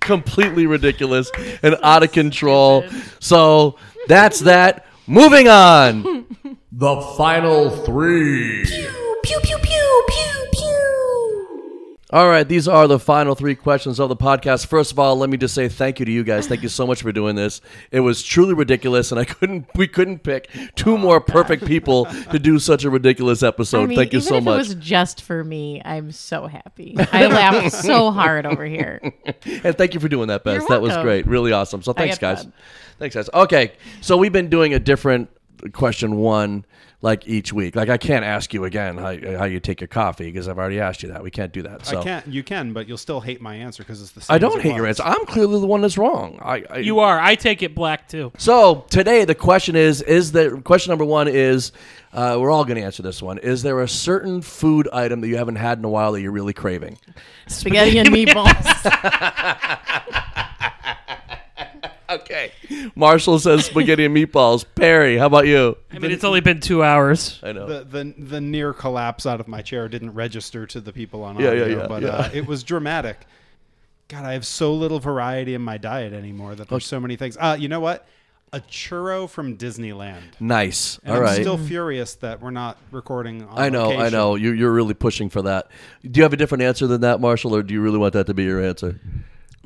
A: Completely ridiculous and out of control. So that's that. Moving on.
G: The final three.
H: Pew, pew, pew, pew, pew.
A: All right, these are the final three questions of the podcast. First of all, let me just say thank you to you guys. Thank you so much for doing this. It was truly ridiculous, and I couldn't we couldn't pick two more perfect people to do such a ridiculous episode.
B: I mean,
A: Oh, thank you
B: even
A: so
B: if
A: much.
B: it was just for me, I'm so happy. I laughed so hard over here.
A: And thank you for doing that, Bess.
B: You're
A: That was
B: welcome.
A: great. Really awesome. So thanks,
B: had
A: guys.
B: fun.
A: Thanks, guys. Okay. So we've been doing a different
E: question one like each week. Like I can't ask you again how, how you take your coffee because I've already asked you that. We can't do that. So
D: I can't. You can, but you'll still hate my answer because it's the same.
E: Oh. I
D: as
E: don't
D: it
E: hate your
D: was.
E: answer. I'm clearly the one that's wrong. I, I
C: You are. I take it black too.
E: So today the question is: Is there question number one is uh, we're all going to answer this one? Is there a certain food item that you haven't had in a while that you're really craving?
B: Spaghetti
A: [LAUGHS]
B: and meatballs.
E: Okay, Marshall says spaghetti and meatballs. Perry, how about you?
C: I mean, it's only been two hours.
E: I know.
D: The, the the near collapse out of my chair didn't register to the people on
E: Yeah, yeah,
D: audio,
E: yeah,
D: but
E: yeah.
D: Uh, it was dramatic. God, I have so little variety in my diet anymore that there's so many things. Uh, you know what? A churro from Disneyland.
E: nice.
D: And
E: all
D: I'm
E: right.
D: still furious that we're not recording. On
E: I know, I
D: location.
E: know. You, you're really pushing for that. Do you have a different answer than that, Marshall, or do you really want that to be your answer?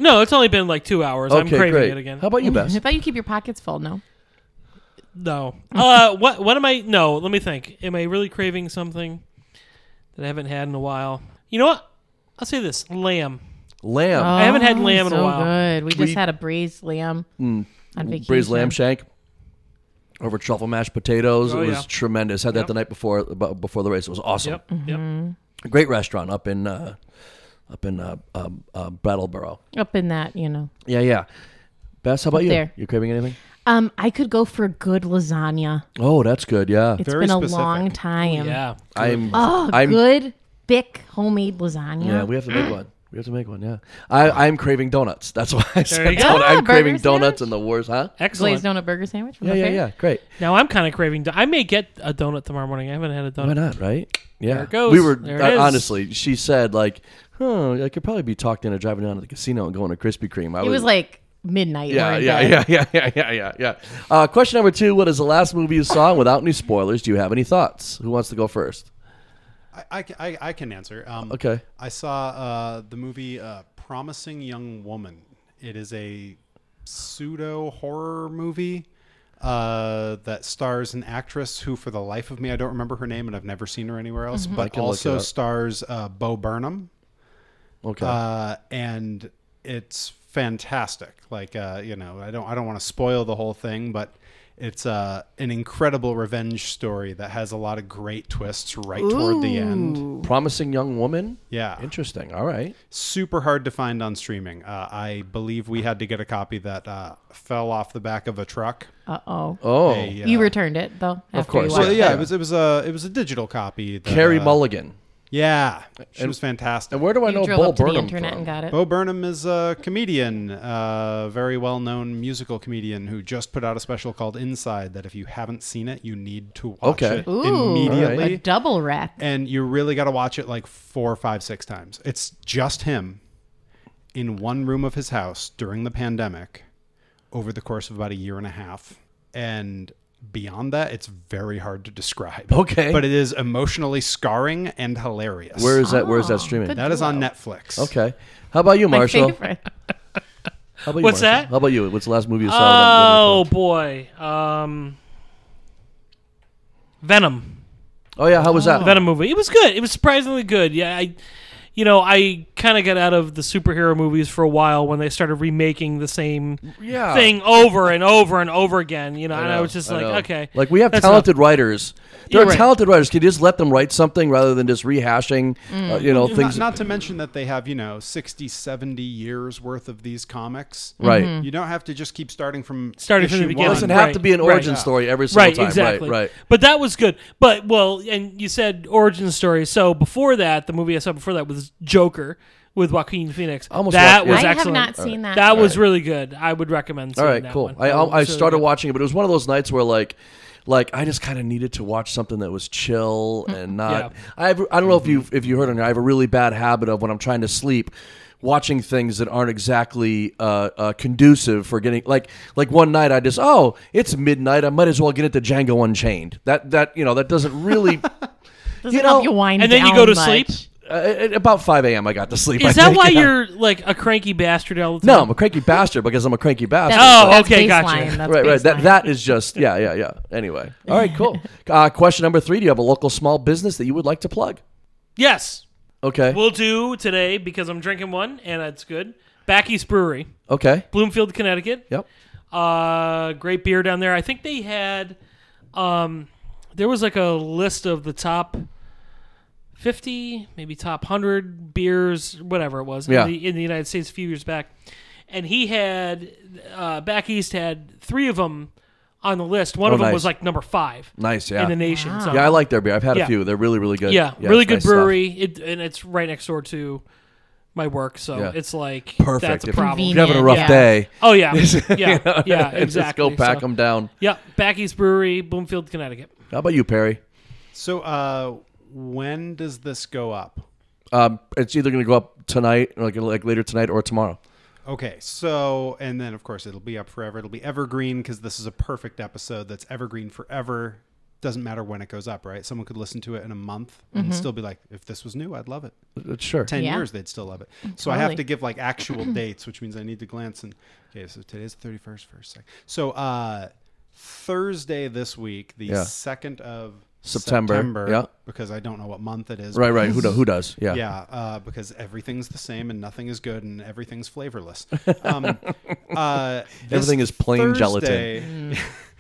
C: No, it's only been like two hours. I'm
E: okay,
C: craving
E: great.
C: it again.
E: How about you,
B: I
C: [LAUGHS]
E: Bess?
B: thought you keep your pockets full. No.
C: No. [LAUGHS] Uh, what? What am I? No. Let me think. Am I really craving something that I haven't had in a while? You know what? I'll say this: lamb.
E: Lamb,
B: I
C: haven't had lamb in a while.
B: Oh, Good. We just
E: We-
B: had a braised lamb
A: Mm.
B: on vacation.
E: braised lamb shank over truffle mashed potatoes.
C: Oh,
E: it was
C: yeah.
E: tremendous. Had that the night before bu- before the race. It was awesome.
C: Yep. Yep.
E: great restaurant up in uh, up in uh, um, uh, Brattleboro.
B: Up in that, you know.
E: Yeah, yeah. Bess, how about you?
B: there.
E: You craving anything?
B: Um, I could go for good lasagna.
E: Oh, that's good. Yeah,
B: It's
D: Very
B: been a
D: specific.
B: long time.
C: Yeah.
E: I'm.
B: Oh,
E: I'm.
B: good thick homemade lasagna.
E: Yeah, we have
C: [GASPS]
E: to make one. We have to make one. Yeah, I, I'm craving donuts. That's [LAUGHS] why I said
C: you go.
E: donut. I'm
B: Ah,
E: craving
B: burger
E: donuts
B: sandwich?
E: and the worst, huh?
C: Excellent.
B: glazed donut burger sandwich. From
E: Yeah,
B: the
E: yeah,
B: fair.
E: yeah. Great.
C: Now I'm kind of craving. don- I may get a donut tomorrow morning. I haven't had a donut.
E: Why not? Right? Yeah.
C: There it goes.
E: We were
C: There it is.
E: honestly. She said like, "Huh, I could probably be talked into driving down to the casino and going to Krispy Kreme." I
B: It was like midnight.
E: Yeah,
B: We're in
E: yeah,
B: bed.
E: yeah, [LAUGHS] yeah, yeah, yeah, yeah, yeah. Uh, question number two: What is the last movie you saw? And without any spoilers, do you have any thoughts? Who wants to go first?
D: I, I, ca- I, I can answer. Um,
E: Okay.
D: I saw uh, the movie uh, Promising Young Woman. It is a pseudo horror movie uh, that stars an actress who, for the life of me, I don't remember her name and I've never seen her anywhere else, but
E: Mm-hmm. can look it
D: also
E: up.
D: stars uh, Bo Burnham.
E: Okay.
D: Uh, and it's fantastic. Like uh, you know, I don't I don't want to spoil the whole thing, but it's uh, an incredible revenge story that has a lot of great twists right toward the end.
E: Promising young woman.
D: Yeah,
E: Interesting. All right.
D: super hard to find on streaming. Uh, I believe we had to get a copy that uh, fell off the back of a truck.
B: Uh oh.
E: Oh,
D: A, uh,
B: You returned it though. After
E: course.
B: You
E: Well,
D: Well,
B: watched
D: yeah,
B: it.
D: it was it was a it was a digital copy. that,
E: Carrie
D: uh,
E: Mulligan.
D: Yeah, she was fantastic.
E: And where do I
B: You
E: know
B: drove
E: Bull
B: up to the
E: Burnham
B: internet
E: from?
B: and got it.
D: Bo Burnham is a comedian, uh, very well known musical comedian who just put out a special called Inside that if you haven't seen it, you need to watch
E: Okay.
D: it
B: Ooh,
D: immediately.
B: a double wrap.
D: And you really got to watch it like four, five, six times. It's just him in one room of his house during the pandemic over the course of about a year and a half. And beyond that, it's very hard to describe.
E: Okay.
D: But it is emotionally scarring and hilarious.
E: Where is that? Where is
B: Oh,
E: that streaming?
B: good.
D: that is on Netflix.
E: Okay. How about you,
B: My
E: Marshall?
B: favorite.
E: How about you,
C: What's
E: Marshall?
C: that?
E: How about you? What's the last movie you
B: Uh,
E: saw?
C: Oh boy. Um. Venom.
E: Oh, yeah. How was that?
C: Venom movie. It was good. It was surprisingly good. Yeah, I, you know, I kind of got out of the superhero movies for a while when they started remaking the same
E: Yeah.
C: thing over and over and over again. You know, and I
E: know,
C: was just like,
E: know.
C: okay,
E: Like we have
C: that's
E: talented writers. There
C: You're
E: are
C: right.
E: talented writers. Can you just let them write something rather than just rehashing, uh,
B: Mm.
E: you know,
D: Not,
E: things?
D: not to mention that they have, you know, 60, 70 years worth of these comics.
E: right.
B: Mm-hmm.
D: You don't have to just keep starting from
C: Mm-hmm. Starting from the
D: issue
C: beginning.
D: one.
E: Doesn't
C: Right,
E: have to be an
C: right.
E: origin
C: Yeah.
E: story every single
C: right,
E: time.
C: exactly,
E: Right. Right.
C: But that was good. But well, and you said origin story. So before that, the movie I saw before that was Joker with Joaquin Phoenix.
E: Almost
C: that
E: walked-
C: was
E: yeah.
B: I
C: excellent.
B: have not seen that.
C: That was really good. I would recommend. Seeing
E: All right,
C: that
E: cool.
C: one. Oh,
E: I
C: That was
E: I
C: really
E: started
C: good.
E: watching it, but it was one of those nights where like like I just kind of needed to watch something that
C: [LAUGHS]
E: was chill and not.
C: Yeah. Mm-hmm.
E: I have, I don't know if you if you heard on here, I have a really bad habit of when I'm trying to sleep. Watching things that aren't exactly uh, uh, conducive for getting like like one night I just oh it's midnight I might as well get into Django Unchained that that you know that
C: [LAUGHS]
E: doesn't really uh,
B: Doesn't help
E: you know,
B: you wind
C: and then you
B: down
C: go to
B: much.
C: sleep.
E: uh, at about five a.m. I got to sleep I
C: Is that
E: think.
C: why
E: [LAUGHS] Yeah.
C: you're like a cranky bastard all the time?
E: no I'm a cranky bastard because I'm a cranky bastard
C: Oh,
B: That's
C: okay,
B: baseline.
C: gotcha.
B: That's
E: right, right. That
B: baseline.
E: that is just yeah, yeah, yeah. Anyway, all right, cool. Uh, question number three: Do you have a local small business that you would like to plug?
C: Yes,
E: Okay,
C: we'll do today because I'm drinking one and it's good. Back East Brewery,
E: okay,
C: Bloomfield, Connecticut.
E: yep.
C: Uh, great beer down there. I think they had um, there was like a list of the top fifty, maybe top hundred beers, whatever it was,
E: Yeah.
C: in, the, in the United States a few years back, and he had uh, back east had three of them on the list. One
E: Oh,
C: of them
E: nice.
C: was like number five
E: Nice, yeah.
C: in the nation. So-
E: Yeah, I like their beer. I've had
C: Yeah.
E: a few. They're really, really good.
C: yeah,
E: it's
C: really good
E: nice stuff.
C: brewery, it, and it's right next door to my work, so
E: Yeah.
C: it's like
E: Perfect.
C: That's a
E: If you-
C: problem.
E: If you're having a
B: Convenient, yeah.
E: rough day, [LAUGHS]
C: Oh yeah, yeah, yeah,
E: and [LAUGHS] just
C: exactly.
E: go pack
C: So-
E: them down.
C: Yeah, Backy's Brewery, Bloomfield, Connecticut.
E: How about you, Perry?
D: So, uh, when does this go up?
E: Um, it's either going to go up tonight, like like later tonight, or tomorrow.
D: Okay, so and then of course it'll be up forever. It'll be evergreen because this is a perfect episode that's evergreen forever. Doesn't matter when it goes up, right? Someone could listen to it in a month
C: Mm-hmm.
D: and still be like, "If this was new, I'd love it."
E: Uh, Sure.
D: Ten
B: Yeah.
D: years, they'd still love it. So I have
B: Totally.
D: to give like
B: [CLEARS THROAT]
D: actual dates, which means I need to glance and. Okay, so today's the thirty first, first second. So uh, Thursday this week, the
E: Yeah.
D: second of
E: September, yeah.
D: because I don't know what month it is.
E: Right, right. Who do, who does? Yeah.
D: Yeah, uh, because everything's the same and nothing is good and everything's
E: [LAUGHS]
D: flavorless. Um, uh, this
E: Everything is plain
D: Thursday, [LAUGHS]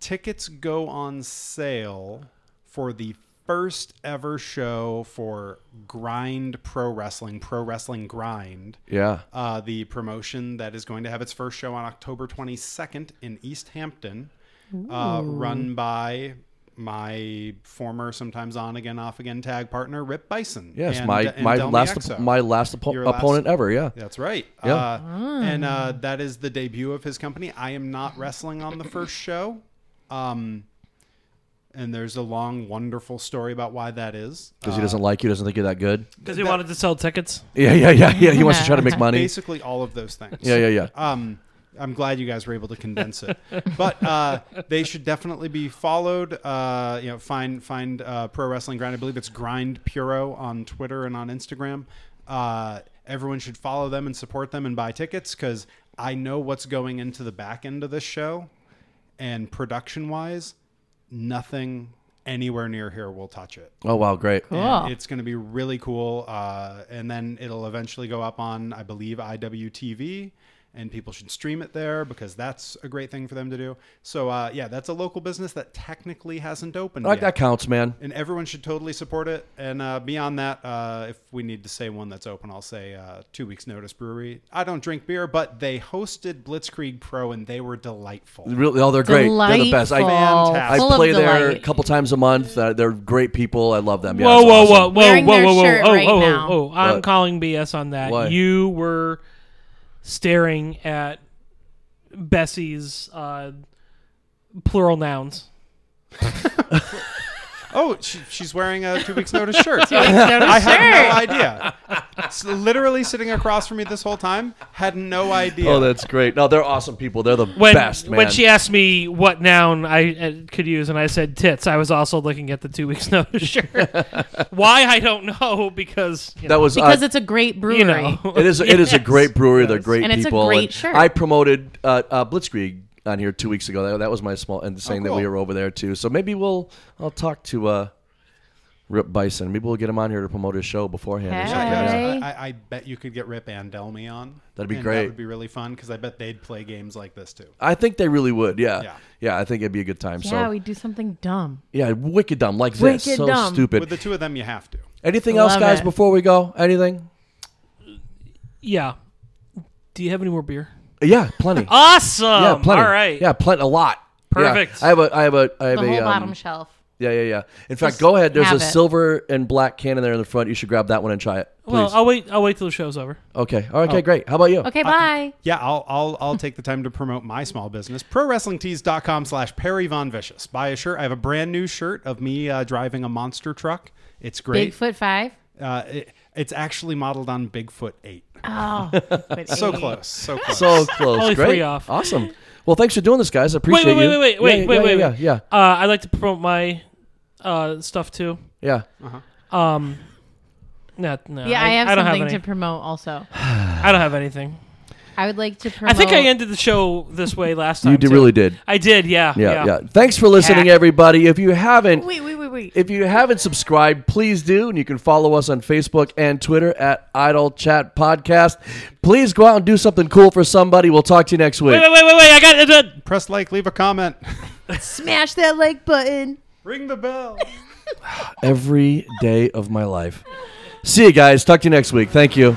D: tickets go on sale for the first ever show for Grind Pro Wrestling, Pro Wrestling Grind.
E: Yeah.
D: Uh, the promotion that is going to have its first show on October 22nd in East Hampton, uh, run by my former, sometimes on again, off again tag partner, Rip Bison.
E: Yes,
D: and- uh,
E: my
D: and
E: my
D: Del
E: last
D: Miexo.
E: op- my last, oppo-
D: Your last-
E: opponent ever. Yeah.
D: That's right.
E: Yeah.
D: Uh, And uh, that is the debut of his company. I am not wrestling on the first show. Um, and there's a long, wonderful story about why that is. Uh,
E: Because he doesn't like you, doesn't think you're that good.
C: Because he wanted to sell tickets.
E: Yeah, yeah, yeah, yeah. He wants to try to make money.
D: Basically, all of those things.
E: Yeah, yeah, yeah.
D: Um, I'm glad you guys were able to condense it, but uh, they should definitely be followed. Uh, you know, find find uh, pro wrestling grind. I believe it's Grind Puro on Twitter and on Instagram. Uh, everyone should follow them and support them and buy tickets because I know what's going into the back end of this show, and production wise, nothing anywhere near here will touch it.
E: Oh wow, great.
B: Cool.
D: And It's going to be really cool. Uh, and then it'll eventually go up on, I believe, IWTV. And people should stream it there because that's a great thing for them to do. So, uh, yeah, that's a local business that technically hasn't opened
E: I Like
D: yet.
E: that counts, man.
D: and everyone should totally support it. And uh, beyond that, uh, if we need to say one that's open, I'll say uh, Two Weeks Notice Brewery. I don't drink beer, but they hosted Blitzkrieg Pro and they were delightful.
E: Really, oh, they're great. They're the best. I, I
D: Fantastic.
B: Full
E: play
B: of
E: there a
B: delight.
E: couple times a month. Uh, they're great people. I love them. Yeah,
C: whoa,
E: it's
C: whoa,
E: awesome.
C: whoa, whoa, whoa,
B: Wearing
C: whoa,
B: their
C: whoa, whoa,
B: shirt
C: oh,
B: right
C: oh,
B: now.
C: oh, oh! I'm
E: What?
C: calling BS on that.
E: Why?
C: You were staring at Bessie's uh, plural
E: [LAUGHS]
C: nouns.
D: Oh, she, she's wearing a Two Weeks Notice shirt. I
B: I
D: had no idea. S- Literally sitting across from me this whole time, had no idea.
E: Oh, that's great. No, they're awesome people. They're the
C: When
E: best, man.
C: when she asked me what noun I uh, could use, and I said tits, I was also looking at the two weeks [LAUGHS] notice
E: [LAUGHS]
C: shirt. Why I don't know because you
E: that
C: know,
E: was
B: because
E: uh,
B: it's a great brewery.
C: you know
B: [LAUGHS]
E: It is. It is a
C: Yes.
E: great brewery. They're great
B: And it's a
E: people.
B: great shirt.
E: I promoted uh, uh, Blitzkrieg on here two weeks ago. That, that was my small and saying that we
D: Oh, cool.
E: were over there too. So maybe we'll. I'll talk to uh, Rip Bison. Maybe we'll get him on here to promote his show beforehand. or something.
D: Yeah,
B: Hey.
D: I, I- I bet you could get Rip and Delmy on.
E: That'd be
D: And That
E: great.
D: would be really fun because I bet they'd play games like this too.
E: I think they really would. Yeah.
D: Yeah.
E: Yeah. I think it'd be a good time.
B: Yeah,
E: [LAUGHS] so
B: we do something dumb.
E: yeah, wicked dumb like this.
B: Wicked
E: So
B: dumb.
D: With
E: stupid.
D: the two of them, you have to.
E: Anything
B: Love
E: else, guys?
B: it.
E: Before we go, anything?
C: yeah. Do you have any more beer?
E: Yeah,
C: [LAUGHS]
E: plenty.
C: Awesome.
E: yeah, plenty.
C: Um, All right.
E: Yeah, plenty. A lot. Yeah.
C: Perfect.
E: I have a. I have a. I have
B: The
E: a.
B: whole
E: um,
B: bottom shelf.
E: Yeah, yeah, yeah. In fact, go ahead. There's a
B: have it.
E: silver and black can in there in the front. You should grab that one and try it. Please.
C: Well, I'll wait. I'll Oh. wait till the show's over.
E: okay. All right, okay, great. How about you?
B: Okay, bye.
D: Yeah, I'll, I'll, I'll take the time to promote my small business, prowrestlingtees.com slash Perry Von Vicious. Buy a shirt. I have a brand new shirt of me uh, driving a monster truck. It's great.
B: Bigfoot five.
D: Uh, it, it's actually modeled on Bigfoot 8.
B: Oh,
D: So close. So close.
C: [LAUGHS]
E: So close.
C: Only
E: great.
C: three off.
E: Awesome. Well, thanks for doing this, guys.
C: Wait,
E: I
C: wait,
E: appreciate
C: wait,
E: you.
C: wait, wait,
E: Yeah,
C: wait,
E: yeah,
C: wait,
E: yeah,
C: wait.
E: Yeah, yeah,
C: Uh, I like to promote my uh, stuff too.
E: yeah.
C: Um, no, no,
B: Yeah, I have
C: don't
B: something
C: have
B: to
C: any,
B: promote also.
C: I don't have anything.
B: I would like to
C: I
B: promote.
C: think I ended the show this way last time.
E: You d-
C: too.
E: really did.
C: I did. Yeah.
E: Yeah, yeah. Thanks for listening,
C: Yeah.
E: everybody. If you haven't
B: Wait, wait, wait, wait. exactly.
E: If you haven't subscribed, please do, and you can follow us on Facebook and Twitter at Idle Chat Podcast. Please go out and do something cool for somebody. We'll talk to you next week.
C: Wait, wait, wait, wait, wait. I got it.
D: Press like, leave a comment, [LAUGHS]
B: Smash that like button.
D: ring the bell.
E: Every day of my life. See you guys. Talk to you next week. Thank you.